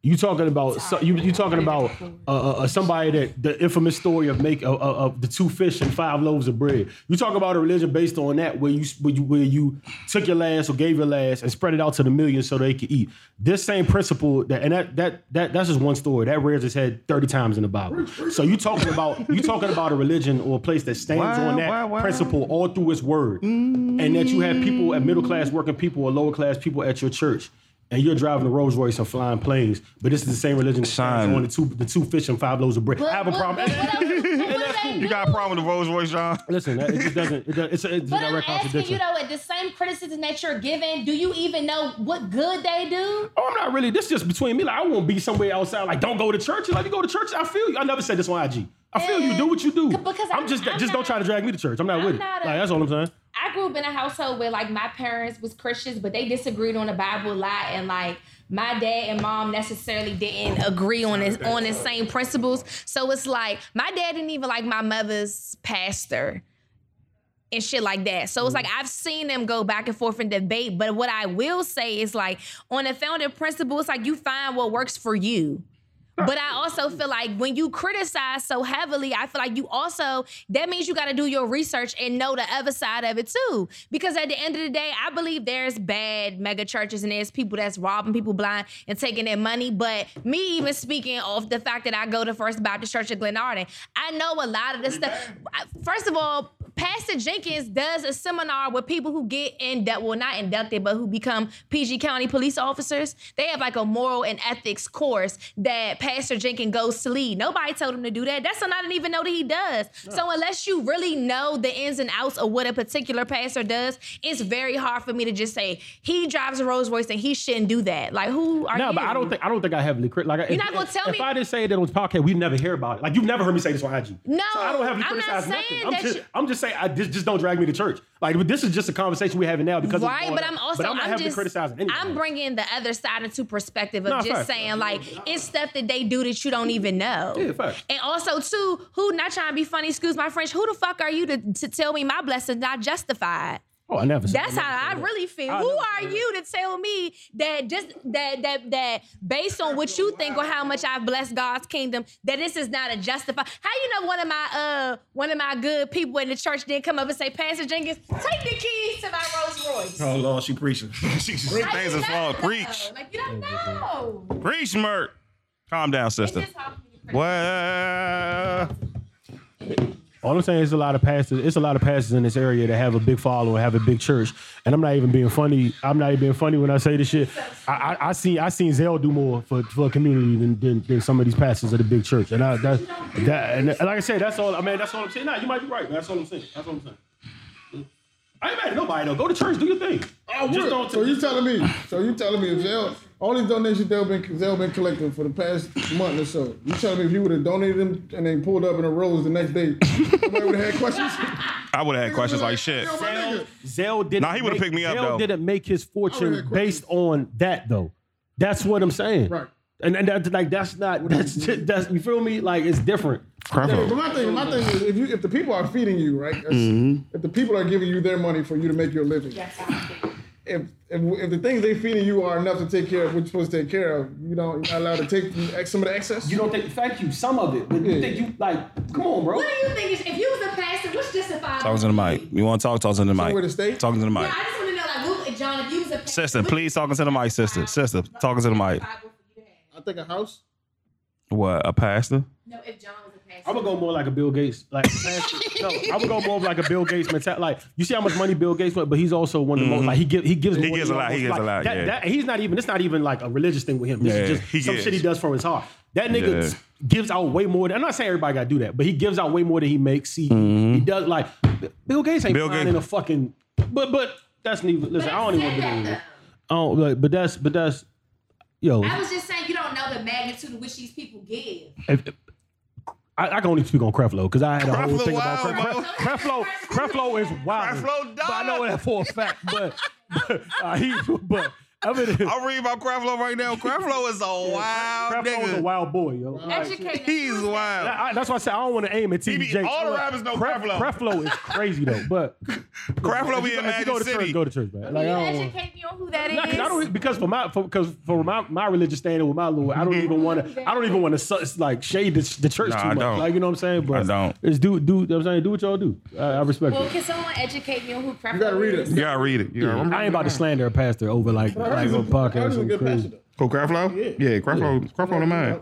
You talking about so, you you talking about uh, uh, uh, somebody that the infamous story of make of, of, of the two fish and five loaves of bread. You talk about a religion based on that where you where you, where you took your last or gave your last and spread it out to the millions so they could eat. This same principle that and that that that that's just one story that rears its head thirty times in the Bible. So you talking about you talking about a religion or a place that stands
Wow,
on that
wow, wow.
principle all through its word, and that you have people at middle class working people or lower class people at your church, and you're driving a Rolls Royce and flying planes. But this is the same religion that stands
Son.
on the two the two fish and five loaves of bread. I have a problem.
But, but, but, but, but what they
You got a
do-
problem with Rolls Royce, John?
Listen, that- it just doesn't. It does, it's a, it's a
But I'm
direct
asking
contradiction.
you though, at the same criticism that you're giving, do you even know what good they do?
Oh, I'm not really. This just between me. Like I won't be somewhere outside. Like don't go to church. Like you go to church, I feel you. I never said this on IG. I feel you. Do what you do.
Because
I'm
I'm-
just
Eh, I'm
just don't
not-
try to drag me to church. I'm not
I'm
with it.
not
Like
a-
that's all I'm saying.
I grew up in a household where like my parents was Christians, but they disagreed on the Bible a lot, and like my dad and mom necessarily didn't agree on his on the same principles. So it's like my dad didn't even like my mother's pastor and shit like that. So it's like I've seen them go back and forth and debate. But what I will say is like on a founding principle, it's like you find what works for you. But I also feel like when you criticize so heavily, I feel like you also that means you got to do your research and know the other side of it too. Because at the end of the day, I believe there's bad mega churches and there's people that's robbing people blind and taking their money. But me even speaking of the fact that I go to First Baptist Church at Glen Arden, I know a lot of the stuff. I- First of all, Pastor Jenkins does a seminar with people who get inducted, well, not inducted, but who become PG County police officers. They have like a moral and ethics course that Pastor Jenkins goes to lead. Nobody told him to do that. That's something I didn't even know that he does. So unless you really know the ins and outs of what a particular pastor does, it's very hard for me to just say he drives a Rolls Royce and he shouldn't do that. Like who are
No,
you?
but I don't think I don't think I heavily crit. Like
You're not gonna tell
if
me-
If I didn't say that on the podcast, we'd never hear about it. Like you've never heard me say this on IG.
No,
so I don't heavily
I'm not
criticize
saying
nothing. I'm
that
just
you-
I'm just saying I just, just don't drag me to church. Like but this is just a conversation we're having now because of
right,
all
but
that.
I'm also
but I'm not heavily
just
criticizing anything.
I'm bringing the other side into perspective of
No,
just
facts.
saying like it's stuff that they do that you don't even know.
Yeah, facts.
And also too, who not trying to be funny, excuse my French, who the fuck are you to, to tell me my blessing's not justified?
Oh, I never. said-
That's
never said
how I
that.
really feel.
I
Who
never
are
said
you to tell me that just that that that based on what you think or how much I've blessed God's kingdom that this is not a justified? How you know one of my uh one of my good people in the church didn't come up and say, Pastor Jenkins, take the keys to my Rolls Royce.
Oh Lord, she preaching. She's
Like,
Things
you
is
don't
wrong.
know.
Preach.
Like you don't know.
Preach, Merc. Calm down, sister. Well,
All I'm saying is a lot of pastors. It's a lot of pastors in this area that have a big following, have a big church. And I'm not even being funny. I'm not even being funny when I say this shit. I I, I seen I seen Zell do more for for a community than, than, than some of these pastors at the big church. And I that that and, and like I said, that's all. I mean, that's all I'm saying. Nah, you might be right. man. That's all I'm saying. That's all I'm saying. I ain't mad at nobody though. Go to church, do your thing.
I would. so you telling me? So you telling me if Zell all these donations they've been they've been collecting for the past month or so? You telling me if you would have donated them and then pulled up in a rose the next day, somebody would have had questions?
I would have had questions like shit.
Yo, my nigga.
Zell didn't.
Nah, he would've
make-
picked me up,
Zell
though.
didn't make his
I would've
fortune
had
based on that though. That's what I'm saying.
Right.
And, and that's like that's not that's that's you feel me? Like it's different.
But my thing, my thing is, if you if the people are feeding you, right? that's-
Mm-hmm.
If the people are giving you their money for you to make your living, if, if if the things they feeding you are enough to take care of what you're supposed to take care of, you don't you're not allowed to take the- some of the excess.
You don't think? Thank you. Some of it, but you
Yeah.
think you like? Come on, bro.
What do you think is, if you was a pastor, what's justified?
Talking to the mic. You want to talk? Talk to the mic.
Somewhere to stay?
Talking to the mic.
I just want to know, like, who, John,
Now, if you was a
Sister, please talking to the mic, sister. Sister, talking to the mic.
I think a house.
What, a pastor?
No, if John was a pastor.
I would go more like a Bill Gates, like no, I would go more of like a Bill Gates mentality. Like you see how much money Bill Gates went, but he's also one of the most like he give, he gives
Mm-hmm. He
more
gives
than
a lot, he
almost,
gives a
like,
lot,
That,
yeah.
that- he's not even. It's not even like a religious thing with him. This
Yeah,
is just
he
some
gives.
shit he does from his heart. That nigga
Yeah.
gives out way more. Than, I'm not saying everybody got to do that, but he gives out way more than he makes. He he does like Bill Gates ain't
Mm-hmm. Bill
flying
Gates-
in a fucking. But but that's neither. Listen, I don't even
said
believe
that,
it. I don't. Like, but that's but that's yo.
I was just saying you don't know the magnitude in which these people give.
if, I, I can only speak on Creflo because I had a whole
Creflo
thing about
wild,
Creflo. Creflo, Creflo is wild.
Creflo
but I know that for a fact. But, but uh, he, but other than
I'm reading about Creflo right now. Creflo is a wild
Creflo is a
nigga.
wild boy, yo. Like,
Educate
He's
I,
wild.
I- that's why I said I don't want to aim at
be-
TD Jakes.
all the
I'm like,
rappers know
Cref-
Creflo.
Creflo is crazy though, but
Creflo be in
if you
Magic
go to church,
City.
go to church, man. Like, I don't wanna-
Educate me on who that
Nah, 'cause I
is.
don't e- because for my for, because for my, my religious standing with my Lord, I don't even want to. I don't even want to su- like shade the, the church
Nah,
too
I
much.
don't.
Like you know what I'm saying? But
I don't.
It's do do. You know what I'm saying do what y'all do. I, I respect
Well,
it.
can someone educate me on who Creflo
You gotta read it.
You gotta read it. You gotta remember.
I ain't about to slander a pastor over like
I heard
like
he's
a
a- I heard
podcast.
he's a
or
good pastor.
crazy.
though.
Who, Creflo?
Yeah.
Yeah, Creflo. Creflo the man.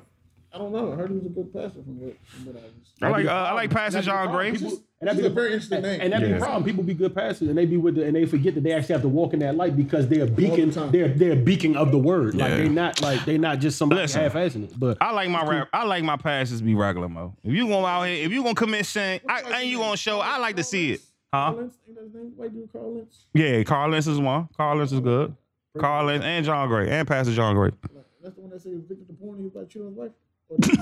I don't know. I heard he was a good pastor from what from what I was.
I like uh, I like Pastor John Gray.
People- And
That's
that'd
a
be
very interesting name.
And that'd be
Yeah.
the problem. People be good pastors, and they be with the, and they forget that they actually have to walk in that light because they're beacon.
time.
They're they're beacon of the word. Like
Yeah.
they not like they not just somebody
Listen.
half-assing it. But
I like my rap. I like my passes be regular, mo. If you going out here, if you gonna commit sin, I, and you gonna show, I like to see it, huh?
Collins, ain't that his name? White dude, Collins.
Yeah, Carl Lentz is one. Carl Lentz is good. Carl Lentz and John Gray and Pastor John Gray.
That's the one that said he was addicted to porn. He was like cheating on his wife.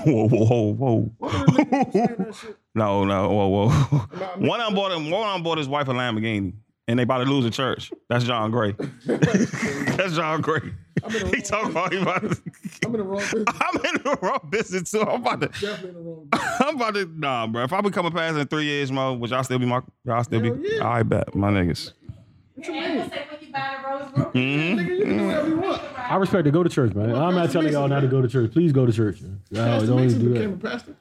whoa, whoa, whoa,
One of them niggas was saying
whoa.
that shit.
no, no, whoa, whoa.
Nah, I mean-
One of them bought him. One of them bought his wife a Lamborghini, and they about to lose the church. That's John Gray. That's John Gray.
I'm in the
He talking
wrong.
about he about to-
I'm in the wrong. business.
I'm in the wrong business too. I'm about to.
Definitely in the wrong. business.
I'm about to nah, bro. If I become a pastor in three years, mo, would y'all still be my y'all still
Hell
be?
yeah.
I bet my niggas.
And we'll say when you buy a rose, Royce,
Mm-hmm.
Nigga, you can do whatever you want.
I respect to go to church, man.
Well,
I'm not
Pastor
telling
Mason,
y'all not to
man.
go to church. Please go to church. man.
Pastor
Y'all don't
Mason
even do
became
that.
a pastor.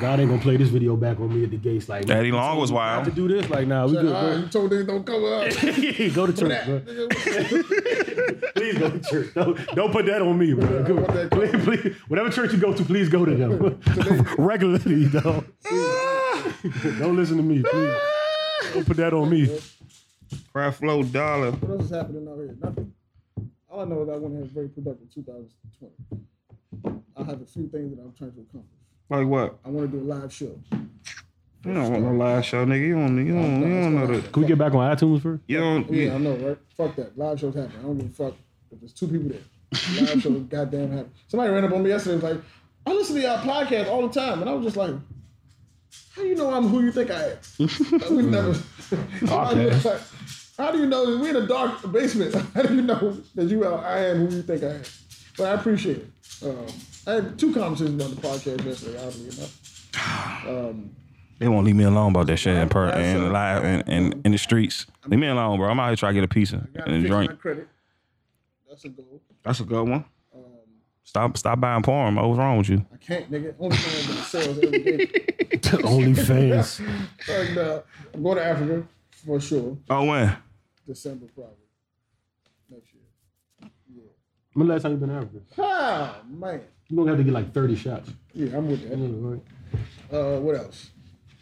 God ain't gonna play this video back on me at the gates. Like
Daddy
man,
Long was
not to
wild.
do this. Like nah, we
Like, all right,
good.
you told them don't come up.
Bro. go to church, bro. Please go to church. Don't, don't put that on me, bro. Go-
want that.
please, please- whatever church you go to, please go to them regularly, though. don't listen to me. Please. Don't put that on me.
Craft flow dollar.
What else is happening out here? Nothing. All I know is I want to have a very productive 2020. I have a few things that I'm trying to accomplish.
Like what?
I want to do a live show.
You don't want no live show, nigga. You don't. You don't. You don't know that.
Can we get back on iTunes first?
You don't.
Yeah, I
You,
know, right? Fuck that. Live shows happen. I don't give a fuck if there's two people there. Live shows goddamn happen. Somebody ran up on me yesterday and was like, I listen to y'all podcast all the time. And I was just like, how do you know I'm who you think I am? Like, we never. Somebody was like, how do you know? We in a dark basement. How do you know that you are, I am who you think I am? But I appreciate it. Um, I had two conversations about the podcast yesterday, oddly enough. Um,
they won't leave me alone about that shit in per
Live show.
and live and in, in the streets. Leave me alone, bro. I'm out here trying to get a pizza
gotta
and a
fix
drink.
my credit. That's a goal.
That's a good one. Stop. Stop buying porn. Mo. What's wrong with you?
Um, I can't, nigga. Only fans with sales every day.
OnlyFans.
And, uh, I'm going to Africa for sure.
Oh when?
December probably next year.
When the last time you been to Africa?
Ah man,
You gonna have to get like 30 shots.
yeah, I'm with that.
All right.
Uh, what else?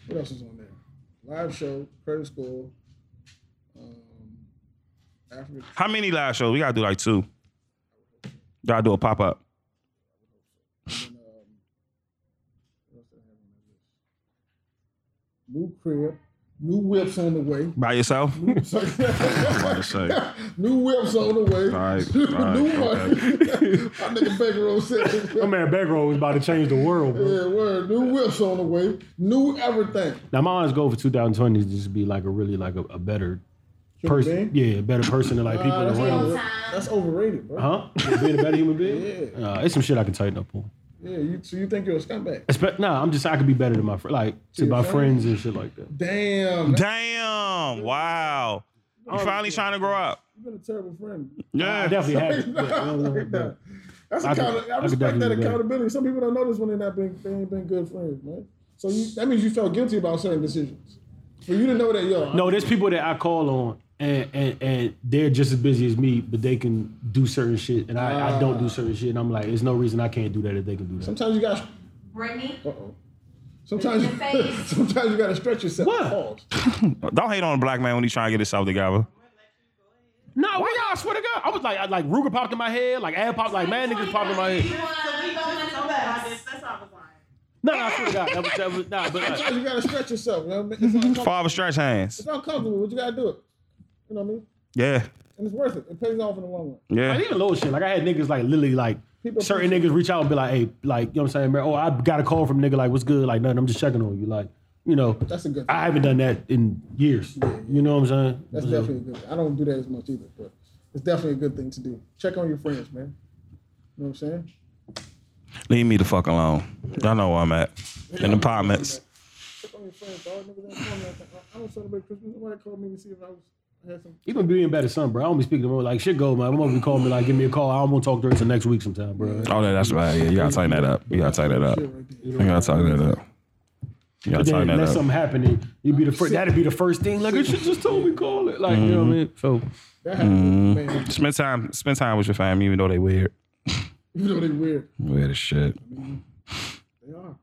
What else is on there? Live show, credit score, um, Africa.
How many live shows? We gotta do like two. Gotta do a pop up.
And, um, what else do I have on that list? New crib, new whips on the way.
By yourself?
Sorry.
to say.
new whips on the way.
right,
new
all right,
money. My nigga Baker Rose said.
My man Bankroll was about to change the world, bro.
Yeah, word. New whips on the way. New everything.
Now my honest goal for 2020 is just be like a really like a, a better
Human
person.
being?
Yeah, a better person than like people
Nah, that's,
around.
over- that's overrated, bro.
Huh? Being a better human being. Nah, it's some shit I can tighten up on.
Yeah, you, so you think you're a scumbag?
Expect, nah, I'm just I could be better than my friend, like to my
friends?
friends and shit like that.
Damn, that's,
Damn! Wow. You finally trying to grow up.
you've been a terrible friend.
I
Yeah.
definitely had. it, but I don't know, bro.
That's
I could-
account- I
I
respect
could
that
definitely do that.
accountability. Some people don't know this when they're not being, they ain't been good friends, man. So you, that means you felt guilty about certain decisions. For you to know that, yo,
No, there's people that I call on and, and and they're just as busy as me, but they can do certain shit, and I, I don't do certain shit. And I'm like, there's no reason I can't do that if they can do that.
Sometimes you got.
Brittany.
Uh-oh. Sometimes,
In the face.
sometimes you gotta stretch yourself. What?
Don't hate on a black man when he's trying to get his South together.
No, why y'all? I swear to God, I was like, I, like Ruger popped in my head, like ad popped, like man niggas popped in my head. No, no, I swear to God, that was, that was nah, but like,
Sometimes you gotta stretch yourself. You know what I mean? It's uncomfortable.
Father stretch hands.
It's uncomfortable, but you gotta do it. You know what I mean?
Yeah,
And it's worth it. It pays off in the long run.
yeah.
like even little shit. Like I had niggas like literally like
People
certain niggas reach out and be like, hey, like you know what I'm saying, man. Oh, I got a call from a nigga like, what's good? Like nothing. I'm just checking on you. Like you know,
That's a good
I haven't done that in years. You know what I'm saying? uh,
That's
So-
definitely a good. I don't do that as much either, but it's definitely a good thing to do. Check on your friends, man. You know what I'm saying?
Leave me the fuck alone. Y'all know where I'm at. In the comments.
Check on your friends, dog. Niggas ain't calling me. I think, I- I don't celebrate Christmas. Nobody called me to see if I was. I had some.
Even being bad at son, bro. I don't be speaking to him like shit. Go, man. My mother be calling me like, give me a call. I don't want to talk to her until next week sometime, bro.
Oh, that- that's bad. Yeah, you gotta tighten that up. You gotta tighten that up. You gotta tighten that up. You gotta
But then
tighten
let
that
something
up.
happen, and you'd be the first. That'd be the first thing. Like, you should just told me call it. Like, you know
Mm-hmm.
what I mean? So
That happened,
Mm-hmm.
man.
Spend time, spend time with your family, even though they weird.
You know they weird.
Weird as shit.
They are.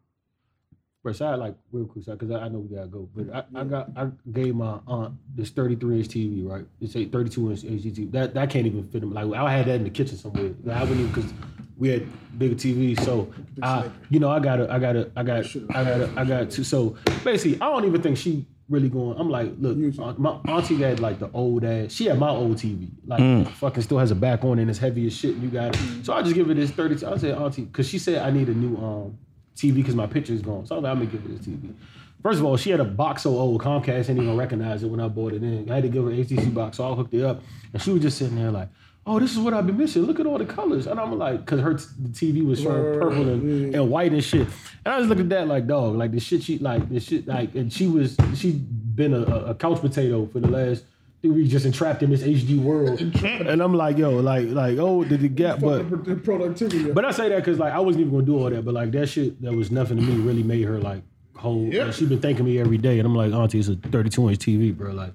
Bro, so I like real quick, because I, I know we gotta go. But I, I got I gave my aunt this 33 inch TV, right? It's a 32 inch HDTV. That that can't even fit in. Like I had that in the kitchen somewhere. Like, I wouldn't even because we had bigger TV. So I, you know, I gotta, I gotta, I got, I gotta, I got to. So basically, I don't even think she really going. I'm like, look, aunt, my auntie had like the old ass. She had my old TV. Like fucking still has a back on and it's heavy as shit. And you got it. So I just give her this 32. I said, auntie, because she said I need a new um TV because my picture is gone. So I was like, I'm gonna give her this TV. First of all, she had a box so old Comcast didn't even recognize it when I bought it in. I had to give her an HTC box, so I hooked it up, and she was just sitting there like, "Oh, this is what I've been missing. Look at all the colors." And I'm like, "Cause her t- the TV was showing purple and, and white and shit." And I just looked at that like, "Dog, like the shit she like the shit like." And she was she been a, a a couch potato for the last. We just entrapped in this HD world, and I'm like, yo, like, like, oh, did it get? But
Fucking pro- productivity.
but I say that because like I wasn't even gonna do all that, but like that shit that was nothing to me really made her like whole. like, she been thanking me every day, and I'm like, Auntie, it's a 32 inch TV, bro. Like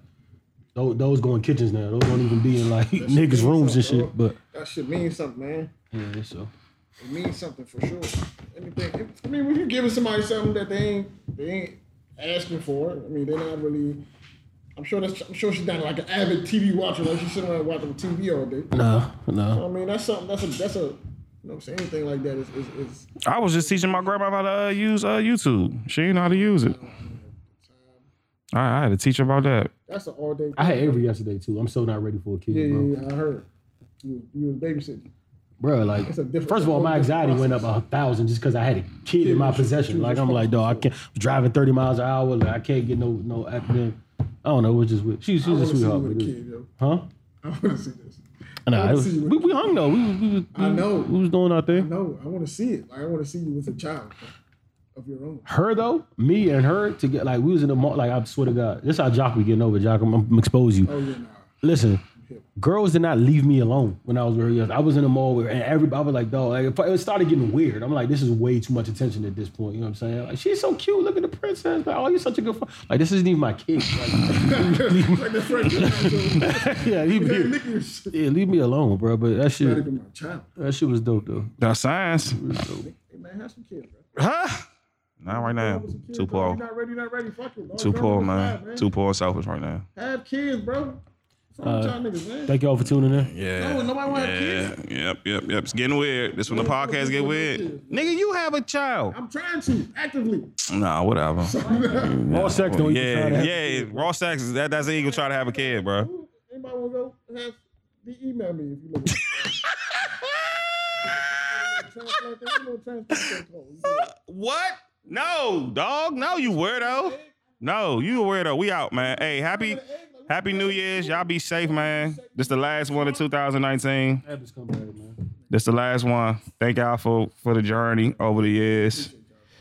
those, those go in kitchens now. Those don't even be in like niggas' rooms and shit. But
that shit means something, man.
yeah, so
It means something for sure. Anything. it- I mean, when you're giving somebody something that they ain't they ain't asking for, I mean, they're not really. I'm sure that's. I'm sure she's not like an avid TV watcher. Like she's sitting around watching TV all day.
no, no.
I mean, that's something. That's a. That's a. You know, what I'm saying anything like that is is, is
I was just teaching my grandma how to uh, use uh, YouTube. She didn't know how to use it. I, I had to teach her about that.
that's an all day.
I had Avery yesterday too. I'm so not ready for a kid,
yeah,
bro.
yeah, yeah, I heard. You, you was babysitting.
bro. Like,
a different-
first of all, my anxiety went up a thousand just because I had a kid in my possession. Like, I'm like, dog, I can't I'm driving 30 miles an hour. Like, I can't get no no accident. I don't know. It was just weird. She, she's
I
a
want to see you
sweetheart,
with a
but it-
kid, yo.
huh?
I want to see this.
Nah, it
wanna
was,
see you with-
we, we hung though. We, was- we, was- we,
I know.
We was doing our thing.
No, I want to see it. Like, I want to see you with a child of your own.
Her though, me and her to get like we was in the mall. Like I swear to God, this how Jock we getting over. Jock, I'm, I'm expose you.
Oh yeah, nah.
Listen, girls did not leave me alone when I was very young. I was in the mall with, and everybody I was like, dog, like, it started getting weird. I'm like, this is way too much attention at this point. You know what I'm saying? Like, she's so cute. Look at the princess. Like, oh, you're such a good. Fun. Like, this isn't even my kid. Like,
like the French. Hey,
yeah, leave me,
Nick, you're shit.
yeah, leave me alone, bro. But that
Not
shit,
even my child.
that shit was dope though.
That's science.
Hey man, have some kids, bro.
Huh? Not right now.
Have some kids,
Too
bro.
poor.
You're not ready, you're not ready. Fuck it. dog.
Too
Girl,
poor,
number
man.
five,
Too poor and selfish right now.
Have kids, bro. Fuck y'all niggas, man.
Thank y'all for tuning in.
Yeah.
No, nobody wanna have
yeah. Yep, yep, yep. It's getting weird. This when the
Nobody
podcast get
wanna
weird.
have kids.
Nigga, you have a child.
I'm trying to actively.
Nah, whatever.
All sex don't even try
Yeah,
to have-
yeah. Raw sex is that that's an eagle try to have a kid, bro.
Anybody want to go? Have the email me if you look. Transplant that, you know, transplant that call.
What? No, dog. No, you weirdo. No, you a weirdo. We out, man. Hey, happy happy New Year's. Y'all be safe, man. This the last one of 2019.
Habits come better, man.
This the last one. Thank y'all for for the journey over the years.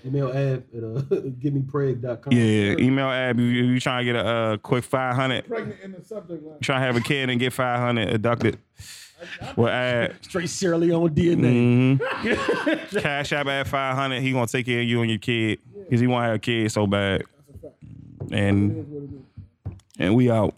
Email ab at uh, givemepreg.com.
Yeah, email Ab. You, you trying to get a uh, quick five hundred?
Pregnant in the subject line.
Trying to have a kid and get five hundred abducted? Well, Ab, mm-hmm.
Straight Sierra Leone DNA.
Cash App at five hundred. He gonna take care of you and your kid because he want to have a kid so bad. And and we out.